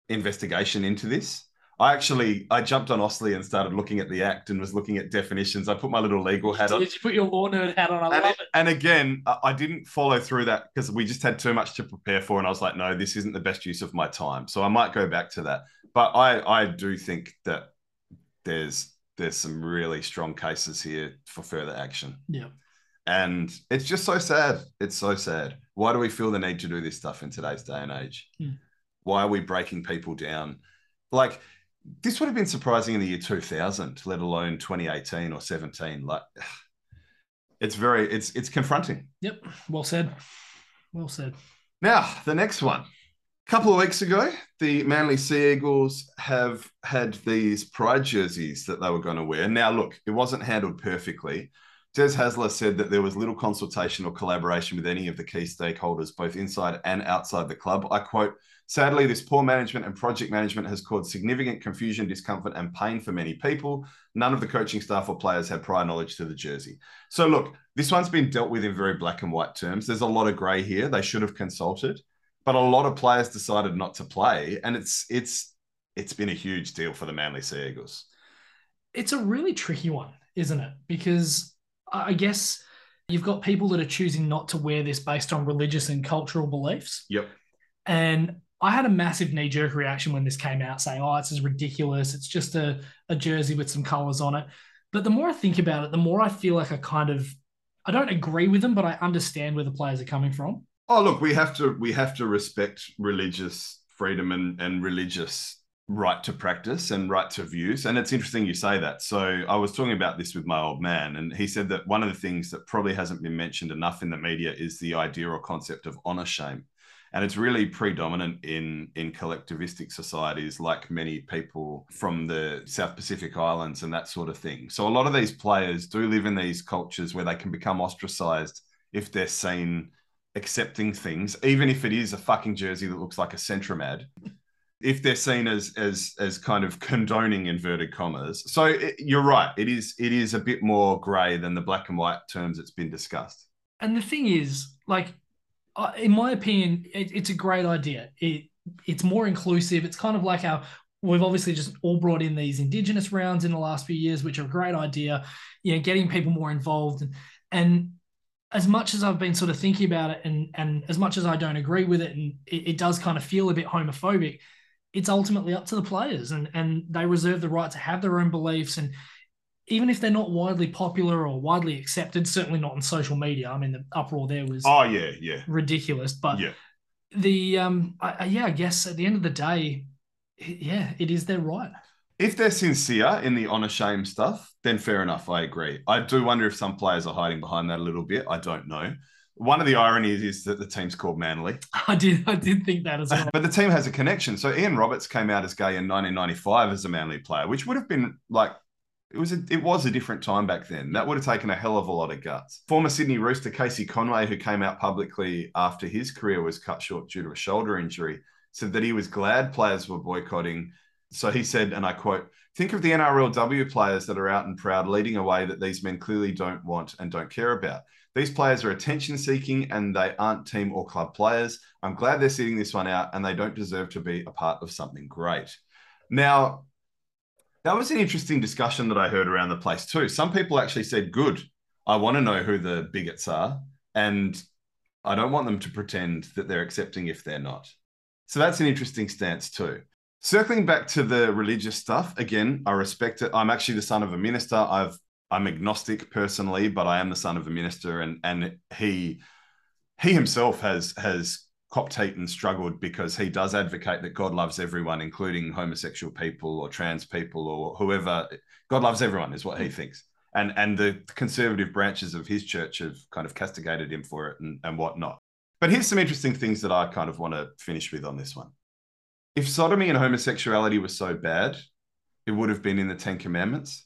Speaker 1: investigation into this. I actually I jumped on Osley and started looking at the act and was looking at definitions. I put my little legal hat on.
Speaker 2: Did you put your law nerd hat on? I
Speaker 1: And,
Speaker 2: love
Speaker 1: it-
Speaker 2: it.
Speaker 1: and again, I I didn't follow through that because we just had too much to prepare for, and I was like, no, this isn't the best use of my time. So I might go back to that. But I I do think that there's there's some really strong cases here for further action,
Speaker 2: Yeah.
Speaker 1: and it's just so sad. It's so sad. Why do we feel the need to do this stuff in today's day and age?
Speaker 2: Hmm.
Speaker 1: Why are we breaking people down? Like this would have been surprising in the year 2000, let alone 2018 or 17. Like it's very it's it's confronting
Speaker 2: Yep. Well said. Well said.
Speaker 1: now the next one a couple of weeks ago the manly sea eagles have had these pride jerseys that they were going to wear now look it wasn't handled perfectly des hasler said that there was little consultation or collaboration with any of the key stakeholders both inside and outside the club i quote sadly this poor management and project management has caused significant confusion discomfort and pain for many people none of the coaching staff or players had prior knowledge to the jersey so look this one's been dealt with in very black and white terms. There's a lot of grey here. They should have consulted, but a lot of players decided not to play, and it's it's it's been a huge deal for the Manly Sea Eagles.
Speaker 2: it's a really tricky one, isn't it? Because I I guess you've got people that are choosing not to wear this based on religious and cultural beliefs.
Speaker 1: Yep.
Speaker 2: And I had a massive knee jerk reaction when this came out saying, oh, this is ridiculous. It's just a, a jersey with some colors on it. But the more I think about it, the more I feel like I kind of, I don't agree with them, but I understand where the players are coming from.
Speaker 1: Oh look, we have to we have to respect religious freedom and and religious right to practice and right to views. And it's interesting you say that. So I was talking about this with my old man, and he said that one of the things that probably hasn't been mentioned enough in the media is the idea or concept of honor shame. And it's really predominant in, in collectivistic societies, like many people from the South Pacific Islands and that sort of thing. So, a lot of these players do live in these cultures where they can become ostracized if they're seen accepting things, even if it is a fucking jersey that looks like a Centrum ad, if they're seen as as as kind of condoning inverted commas. So it, you're right. It is it is a bit more grey than the black and white terms it's been discussed.
Speaker 2: And the thing is, like, I- in my opinion, it, it's a great idea. It it's more inclusive. It's kind of like our we've obviously just all brought in these indigenous rounds in the last few years, which are a great idea. You know, getting people more involved and and as much as I've been sort of thinking about it, and and as much as I don't agree with it, and it, it does kind of feel a bit homophobic, it's ultimately up to the players, and and they reserve the right to have their own beliefs and even if they're not widely popular or widely accepted, certainly not on social media. I mean, the uproar there was
Speaker 1: Oh yeah, yeah.
Speaker 2: ridiculous. But
Speaker 1: Yeah.
Speaker 2: the um, I, I- yeah, I guess at the end of the day, i- yeah, it is their right. <laughs>
Speaker 1: If they're sincere in the honor shame stuff, then fair enough. I agree. I do wonder if some players are hiding behind that a little bit. I don't know. One of the ironies is that the team's called Manly.
Speaker 2: I did, I did think that as <laughs> well.
Speaker 1: But the team has a connection. So Ian Roberts came out as gay in 1995 as a Manly player, which would have been like it was a, it was a different time back then. That would have taken a hell of a lot of guts. Former Sydney Rooster Casey Conway, who came out publicly after his career was cut short due to a shoulder injury, said that he was glad players were boycotting. So he said, and I quote, think of the NRLW players that are out and proud leading a way that these men clearly don't want and don't care about. These players are attention seeking and they aren't team or club players. I'm glad they're sitting this one out and they don't deserve to be a part of something great. Now, that was an interesting discussion that I heard around the place too. Some people actually said, Good, I want to know who the bigots are. And I don't want them to pretend that they're accepting if they're not. So that's an interesting stance too. Circling back to the religious stuff, again, I respect it. I'm actually the son of a minister. I've I'm agnostic personally, but I am the son of a minister, and and he he himself has has copped heat and struggled because he does advocate that God loves everyone, including homosexual people or trans people or whoever. God loves everyone is what he thinks, and and the conservative branches of his church have kind of castigated him for it and, and whatnot. But here's some interesting things that I kind of want to finish with on this one. If sodomy and homosexuality were so bad, it would have been in the Ten Commandments.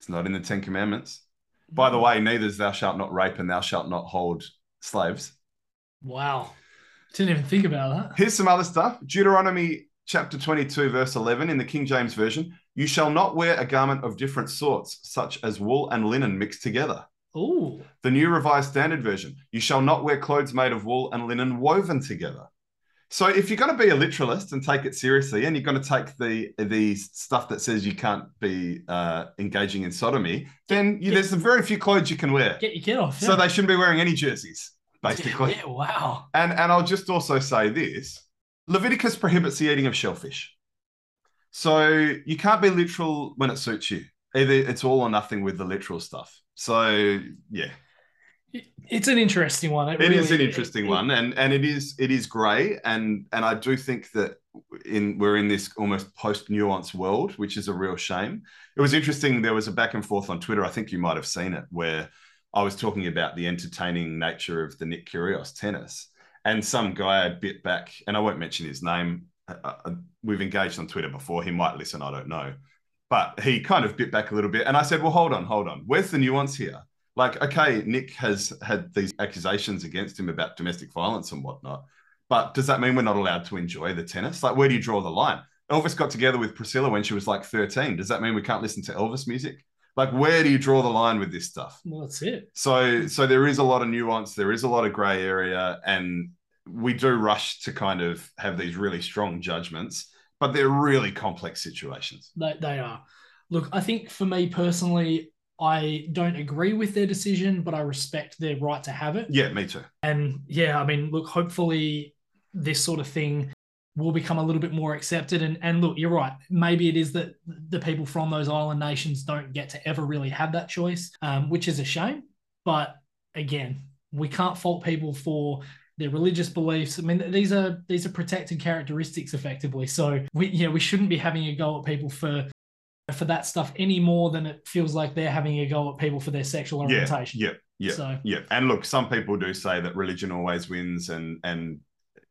Speaker 1: It's not in the Ten Commandments. <laughs> By
Speaker 2: Mm.
Speaker 1: the way, neither is thou shalt not rape and thou shalt not hold slaves.
Speaker 2: wow, didn't even think about that.
Speaker 1: Here's some other stuff Deuteronomy chapter 22, verse 11 in the King James Version. You shall not wear a garment of different sorts, such as wool and linen mixed together.
Speaker 2: Oh,
Speaker 1: The New Revised Standard Version. You shall not wear clothes made of wool and linen woven together. So if you're going to be a literalist and take it seriously, and you're going to take the the stuff that says you can't be uh, engaging in sodomy, then you,
Speaker 2: Get-
Speaker 1: there's very few clothes you can wear.
Speaker 2: Get your kid off.
Speaker 1: So they shouldn't be wearing any jerseys, basically.
Speaker 2: Yeah, wow.
Speaker 1: And and I'll just also say this: Leviticus prohibits the eating of shellfish. So you can't be literal when it suits you. Either it's all or nothing with the literal stuff. So yeah,
Speaker 2: It's an interesting one. It,
Speaker 1: it
Speaker 2: really
Speaker 1: is an interesting
Speaker 2: it-
Speaker 1: one, and and it is it is grey, and and I do think that in we're in this almost post nuance world, which is a real shame. It was interesting. There was a back and forth on Twitter. I think you might have seen it, where I was talking about the entertaining nature of the Nick Kyrgios tennis, and some guy bit back, and I won't mention his name. Uh, uh, we've engaged on Twitter before. He might listen. I don't know, but he kind of bit back a little bit, and I said, "Well, hold on, hold on. Where's the nuance here?" like okay nick has had these accusations against him about domestic violence and whatnot but does that mean we're not allowed to enjoy the tennis like where do you draw the line elvis got together with priscilla when she was like 13 does that mean we can't listen to elvis music like where do you draw the line with this stuff
Speaker 2: Well, that's it.
Speaker 1: so so there is a lot of nuance there is a lot of gray area and we do rush to kind of have these really strong judgments but they're really complex situations
Speaker 2: They, they are. Look, I think for me personally, I don't agree with their decision, but I respect their right to have it.
Speaker 1: yeah me too
Speaker 2: And yeah, I mean, look, hopefully this sort of thing will become a little bit more accepted. And and look, you're right. Maybe it is that the people from those island nations don't get to ever really have that choice, um, which is a shame. But again, we can't fault people for their religious beliefs. I mean, these are these are protected characteristics effectively. So we yeah, we shouldn't be having a go at people for for that stuff any more than it feels like they're having a go at people for their sexual
Speaker 1: yeah
Speaker 2: orientation.
Speaker 1: yeah yeah
Speaker 2: So
Speaker 1: Yeah, and look, some people do say that religion always wins, and and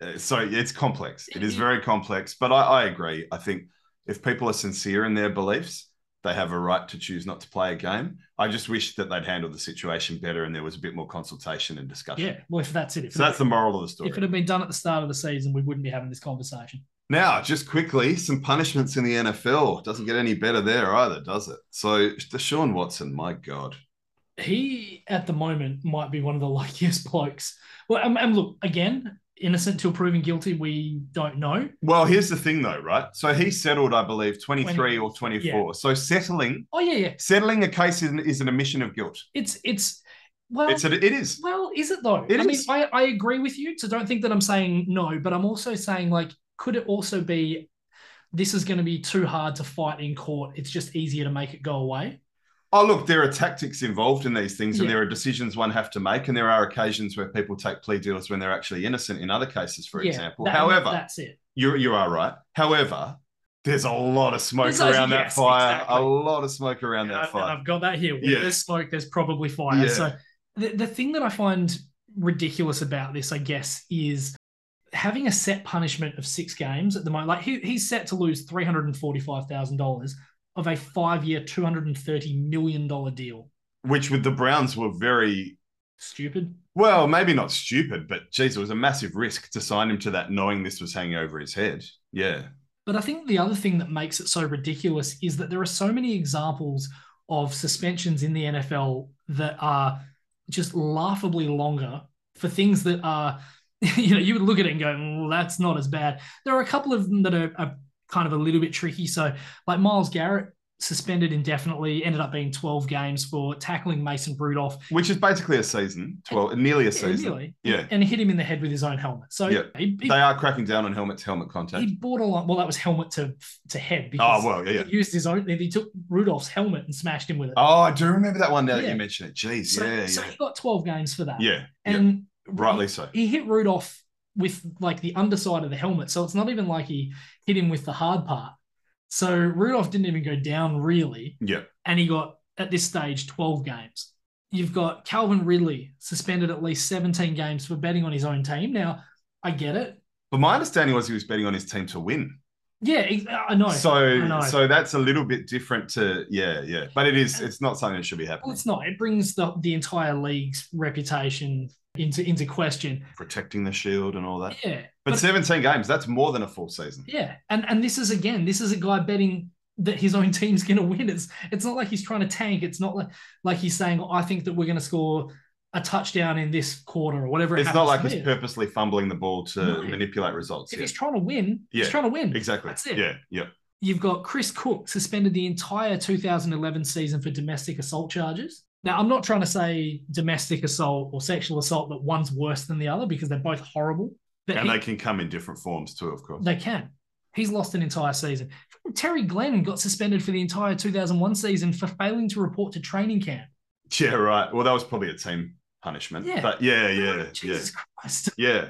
Speaker 1: uh, so it's complex. It is very complex, but I, I agree. I think if people are sincere in their beliefs, they have a right to choose not to play a game. I just wish that they'd handle the situation better and there was a bit more consultation and discussion.
Speaker 2: yeah, well, if that's it, if
Speaker 1: So that's the moral of the story.
Speaker 2: If it had been done at the start of the season, we wouldn't be having this conversation.
Speaker 1: Now, just quickly, some punishments in the NFL doesn't get any better there either, does it? So, Deshaun Watson, my God,
Speaker 2: He, at the moment, might be one of the <laughs> luckiest blokes. Well, and, and look, again, innocent till proven guilty, we don't know.
Speaker 1: Well, here's the thing, though, right? So he settled, I believe, 23 or 24. So settling,
Speaker 2: Oh, yeah, yeah.
Speaker 1: settling a case is, is an admission of guilt.
Speaker 2: It's, it's, well,
Speaker 1: It's a, it is.
Speaker 2: well, is it though?
Speaker 1: It
Speaker 2: I mean,
Speaker 1: is.
Speaker 2: I, I agree with you. So don't think that I'm saying no, but I'm also saying, like, could it also be this is going to be too hard to fight in court? It's just easier to make it go away.
Speaker 1: Oh, look, there are tactics involved in these things, and
Speaker 2: Yeah.
Speaker 1: there are decisions one have to make, and there are occasions where people take plea deals when they're actually innocent. In other cases, for
Speaker 2: Yeah,
Speaker 1: example,
Speaker 2: that-
Speaker 1: however,
Speaker 2: that's it.
Speaker 1: you you are right. However, there's a lot of smoke
Speaker 2: There's a-
Speaker 1: around that
Speaker 2: yes,
Speaker 1: fire.
Speaker 2: exactly.
Speaker 1: A lot of smoke around
Speaker 2: And
Speaker 1: that
Speaker 2: I- and
Speaker 1: fire.
Speaker 2: I've got that here. Where
Speaker 1: Yeah.
Speaker 2: there's smoke, there's probably fire.
Speaker 1: Yeah.
Speaker 2: So the, the thing that I find ridiculous about this, I guess, is having a set punishment of six games at the moment. Like he, he's set to lose three hundred and forty-five thousand dollars of a five-year, two hundred and thirty million dollar deal.
Speaker 1: Which with the Browns were very
Speaker 2: Stupid.
Speaker 1: well, maybe not stupid, but geez, it was a massive risk to sign him to that, knowing this was hanging over his head. Yeah.
Speaker 2: But I think the other thing that makes it so ridiculous is that there are so many examples of suspensions in the NFL that are just laughably longer for things that are, <laughs> you know, you would look at it and go, "Mm, well, that's not as bad. There are a couple of them that are, are kind of a little bit tricky. So, like Miles Garrett, suspended indefinitely, ended up being 12 games for tackling Mason Rudolph
Speaker 1: which is basically a season, twelve, nearly a
Speaker 2: Yeah,
Speaker 1: season.
Speaker 2: nearly.
Speaker 1: Yeah,
Speaker 2: and hit him in the head with his own helmet. So,
Speaker 1: Yeah.
Speaker 2: he, he,
Speaker 1: they are cracking down on helmet to helmet contact.
Speaker 2: he borderline, well, that was helmet to, to head. because-
Speaker 1: Oh well, yeah, yeah.
Speaker 2: he used his own. He took Rudolph's helmet and smashed him with it.
Speaker 1: Oh, I do remember that one now that
Speaker 2: Yeah.
Speaker 1: you mention it. Jeez,
Speaker 2: so,
Speaker 1: yeah,
Speaker 2: so
Speaker 1: yeah,
Speaker 2: he got twelve games for that.
Speaker 1: yeah, yeah.
Speaker 2: and
Speaker 1: Rightly so.
Speaker 2: he, he hit Rudolph with like the underside of the helmet, so it's not even like he hit him with the hard part. So Rudolph didn't even go down really,
Speaker 1: Yeah,
Speaker 2: and he got at this stage twelve games. You've got Calvin Ridley suspended at least seventeen games for betting on his own team. Now I get it.
Speaker 1: but my understanding was he was betting on his team to win.
Speaker 2: Yeah, ex- uh, I know.
Speaker 1: so,
Speaker 2: know.
Speaker 1: so that's a little bit different to yeah, yeah. But it is, it's not something that should be
Speaker 2: well,
Speaker 1: happening.
Speaker 2: it's not. It brings the the entire league's reputation into into question.
Speaker 1: Protecting the shield and all that.
Speaker 2: Yeah,
Speaker 1: But, 17 games, that's more than a full season.
Speaker 2: Yeah, and and this is again, this is a guy betting that his own <laughs> team's going to win. It's it's not like he's trying to tank. It's not like like he's saying, I think that we're going to score a touchdown in this quarter or whatever. It
Speaker 1: It's not
Speaker 2: happens
Speaker 1: like
Speaker 2: to
Speaker 1: he's
Speaker 2: be.
Speaker 1: purposely fumbling the ball to
Speaker 2: No.
Speaker 1: manipulate results.
Speaker 2: If
Speaker 1: Yeah.
Speaker 2: he's trying to win, he's
Speaker 1: Yeah,
Speaker 2: trying to win.
Speaker 1: Exactly.
Speaker 2: That's it.
Speaker 1: Yeah. Yep.
Speaker 2: You've got Chris Cook suspended the entire 2011 season for domestic assault charges. Now, I'm not trying to say domestic assault or sexual assault that one's worse than the other because they're both horrible. But
Speaker 1: And
Speaker 2: he-
Speaker 1: they can come in different forms too, of course.
Speaker 2: they can. He's lost an entire season. Terry Glenn got suspended for the entire 2001 season for failing to report to training camp.
Speaker 1: Yeah. Right. Well, that was probably a team punishment.
Speaker 2: Yeah. Oh,
Speaker 1: But yeah. Yeah. Yeah.
Speaker 2: Jesus Christ.
Speaker 1: Yeah.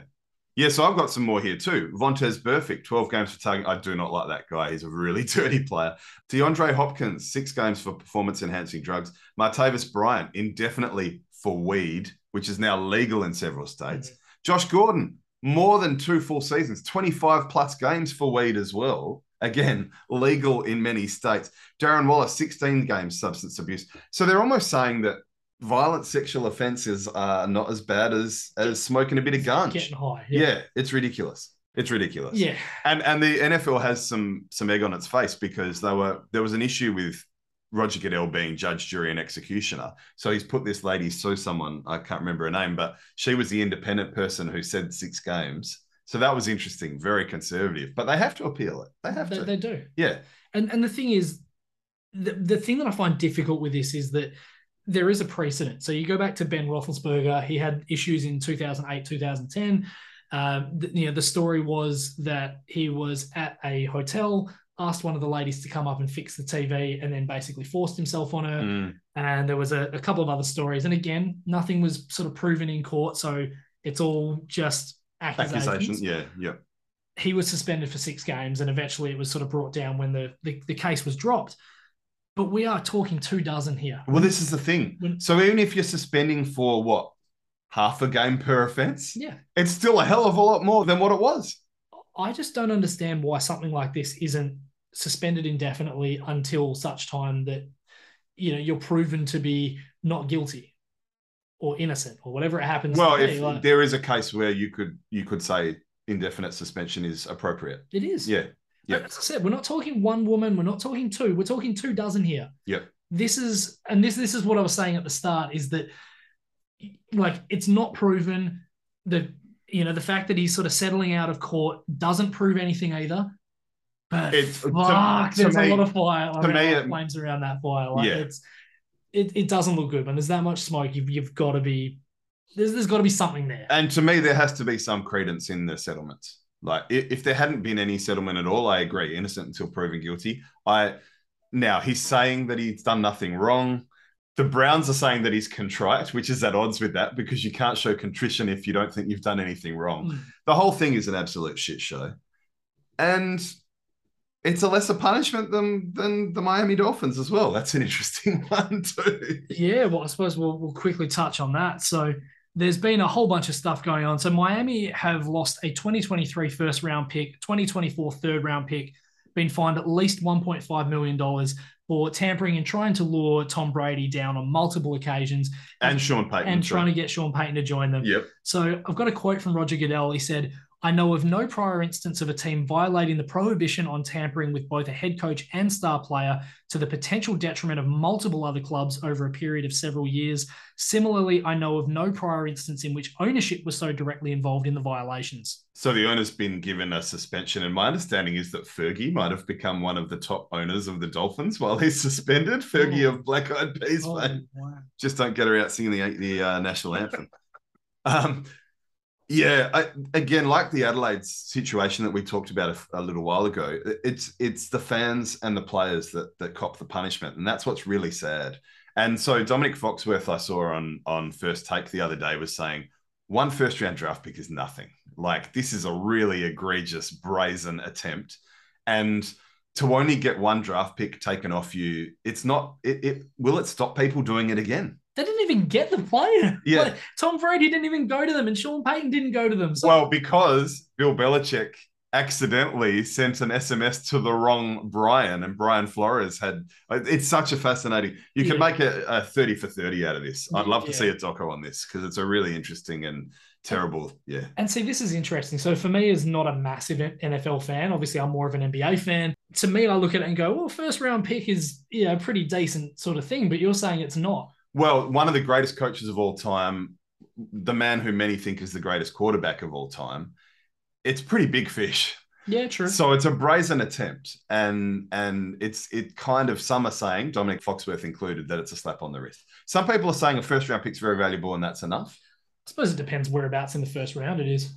Speaker 1: Yeah, so I've got some more here too. Vontez Burfict, 12 games for target. I do not like that guy. He's a really <laughs> dirty player. DeAndre Hopkins, six games for performance enhancing drugs. Martavis Bryant, indefinitely for weed, which is now legal in several states. Josh Gordon, more than two full seasons, 25 plus games for weed as well. Again, legal in many states. Darren Wallace, 16 games substance abuse. So they're almost saying that violent sexual offenses are not as bad as as smoking a bit of gunge.
Speaker 2: Getting high.
Speaker 1: Yeah, it's ridiculous. It's ridiculous.
Speaker 2: Yeah.
Speaker 1: And and the NFL has some some egg on its face because they were there was an issue with Roger Goodell being judge, jury, and executioner. So he's put this lady, so someone, I can't remember her name, but she was the independent person who said six games. So that was interesting, very conservative. But they have to appeal it. They have
Speaker 2: They,
Speaker 1: to.
Speaker 2: they do.
Speaker 1: yeah.
Speaker 2: And and the thing is, the, the thing that I find difficult with this is that there is a precedent. So you go back to Ben Roethlisberger; he had issues in 2008, 2010. Um, th- you know, the story was that he was at a hotel, asked one of the ladies to come up and fix the TV, and then basically forced himself on her.
Speaker 1: Mm.
Speaker 2: And there was a, a couple of other stories, and again, nothing was sort of proven in court, so it's all just accusations
Speaker 1: Accusation. Yeah. Yeah.
Speaker 2: he was suspended for six games and eventually it was sort of brought down when the, the, the case was dropped. But we are talking two dozen here.
Speaker 1: Well, this is the thing.
Speaker 2: When-
Speaker 1: So even if you're suspending for what? Half a game per offense,
Speaker 2: Yeah.
Speaker 1: it's still a hell of a lot more than what it was.
Speaker 2: I just don't understand why something like this isn't suspended indefinitely until such time that you know you're proven to be not guilty or innocent or whatever it happens
Speaker 1: Well,
Speaker 2: to be.
Speaker 1: if
Speaker 2: Like,
Speaker 1: there is a case where you could you could say indefinite suspension is appropriate.
Speaker 2: it is.
Speaker 1: Yeah. yeah.
Speaker 2: As I said, we're not talking one woman, we're not talking two, we're talking two dozen here.
Speaker 1: Yeah.
Speaker 2: This is and this this is what I was saying at the start is that like it's not proven that you know the fact that he's sort of settling out of court doesn't prove anything either. But
Speaker 1: It's- to-
Speaker 2: fuck,
Speaker 1: to
Speaker 2: there's
Speaker 1: me-
Speaker 2: a lot of fire
Speaker 1: to
Speaker 2: around,
Speaker 1: me, it-
Speaker 2: flames around that fire. Like
Speaker 1: Yeah.
Speaker 2: it's it, it doesn't look good. When there's that much smoke, you've you've got to be there's there's got to be something there.
Speaker 1: And to me, there has to be some credence in the settlements. Like i- if there hadn't been any settlement at all, I agree, innocent until proven guilty. I now he's saying that he's done nothing wrong. The Browns are saying that he's contrite, which is at odds with that because you can't show contrition if you don't think you've done anything wrong.
Speaker 2: Mm.
Speaker 1: The whole thing is an absolute shit show. And it's a lesser punishment than than the Miami Dolphins as well. That's an interesting <laughs> one too.
Speaker 2: Yeah, well, I suppose we'll, we'll quickly touch on that. So there's been a whole bunch of stuff going on. So Miami have lost a 2023 first round pick, 2024 third round pick, been fined at least $1.5 million for tampering and trying to lure Tom Brady down on multiple occasions
Speaker 1: And Sean Payton.
Speaker 2: and trying
Speaker 1: so-
Speaker 2: to get Sean Payton to join them.
Speaker 1: Yep.
Speaker 2: So I've got a quote from Roger Goodell. He said, I know of no prior instance of a team violating the prohibition on tampering with both a head coach and star player to the potential detriment of multiple other clubs over a period of several years. Similarly, I know of no prior instance in which ownership was so directly involved in the violations.
Speaker 1: So the owner's been given a suspension, and my understanding is that Fergie might have become one of the top owners of the Dolphins while he's suspended. Fergie
Speaker 2: Oh.
Speaker 1: of Black Eyed Peas
Speaker 2: Oh,
Speaker 1: fame.
Speaker 2: wow.
Speaker 1: Just don't get her out singing the the uh, national anthem. <laughs> um, yeah, I, again, like the Adelaide situation that we talked about a, a little while ago, it's it's the fans and the players that that cop the punishment, and that's what's really sad. And so Dominic Foxworth, I saw on on First Take the other day, was saying one first round draft pick is nothing. Like this is a really egregious, brazen attempt, and to only get one draft pick taken off you, it's not. It, it will it stop people doing it again?
Speaker 2: They didn't even get the player.
Speaker 1: Yeah.
Speaker 2: <laughs> Like, Tom Brady didn't even go to them, and Sean Payton didn't go to them. So
Speaker 1: Well, because Bill Belichick accidentally sent an SMS to the wrong Brian, and Brian Flores had. It's such a fascinating. You can
Speaker 2: Yeah.
Speaker 1: make a, a thirty for thirty out of this. I'd love to
Speaker 2: Yeah.
Speaker 1: see a doco on this because it's a really interesting and terrible. Yeah,
Speaker 2: And see, this is interesting. So for me, as not a massive NFL fan, obviously I'm more of an NBA fan. To me, I look at it and go, well, first round pick is you know, a pretty decent sort of thing, but you're saying it's not.
Speaker 1: Well, one of the greatest coaches of all time, the man who many think is the greatest quarterback of all time. It's pretty big fish.
Speaker 2: Yeah, true.
Speaker 1: So it's a brazen attempt, and and it's it kind of some are saying Dominic Foxworth included that it's a slap on the wrist. Some people are saying a first round pick's very valuable and that's enough.
Speaker 2: I suppose it depends whereabouts in the first round it is.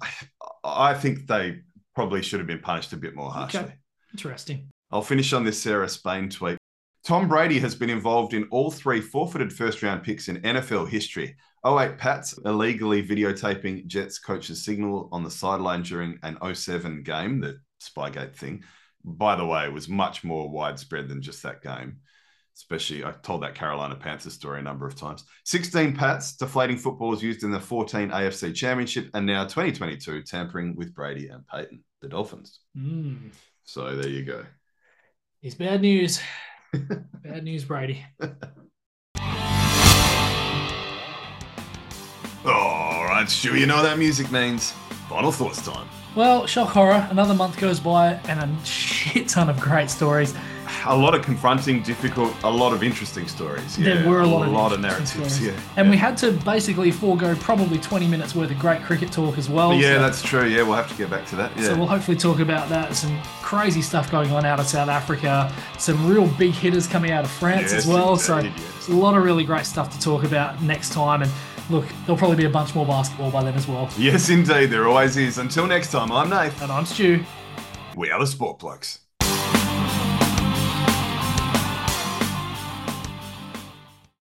Speaker 1: I think they probably should have been punished a bit more harshly.
Speaker 2: Okay. Interesting.
Speaker 1: I'll finish on this Sarah Spain tweet. Tom Brady has been involved in all three forfeited first round picks in NFL history. 08 Pats illegally videotaping Jets coach's signal on the sideline during an 07 game, the Spygate thing. By the way, was much more widespread than just that game. Especially, I told that Carolina Panthers story a number of times. 16 Pats deflating footballs used in the 14 AFC Championship and now 2022 tampering with Brady and Peyton, the Dolphins. Hmm.
Speaker 2: Mm.
Speaker 1: So there you go.
Speaker 2: It's
Speaker 1: <laughs>
Speaker 2: bad news. Bad news, Brady.
Speaker 1: All right, Stu, you know what that music means. Final thoughts time.
Speaker 2: Well, shock horror. Another month goes by and a shit ton of great stories.
Speaker 1: A lot of confronting, difficult, a lot of interesting stories. Yeah,
Speaker 2: there were a lot,
Speaker 1: a lot of
Speaker 2: interesting
Speaker 1: narratives.
Speaker 2: stories.
Speaker 1: Yeah,
Speaker 2: And
Speaker 1: yeah.
Speaker 2: we had to basically forego probably 20 minutes worth of great cricket talk as well.
Speaker 1: yeah,
Speaker 2: so,
Speaker 1: that's true. Yeah, we'll have to get back to that. Yeah,
Speaker 2: so we'll hopefully talk about that. Some crazy stuff going on out of South Africa. Some real big hitters coming out of
Speaker 1: Yes,
Speaker 2: France as well.
Speaker 1: indeed,
Speaker 2: so
Speaker 1: yes.
Speaker 2: a lot of really great stuff to talk about next time. And look, there'll probably be a bunch more basketball by then as well.
Speaker 1: yes, indeed, there always is. Until next time, I'm Nath.
Speaker 2: And I'm Stu.
Speaker 1: We are the Sport Blokes.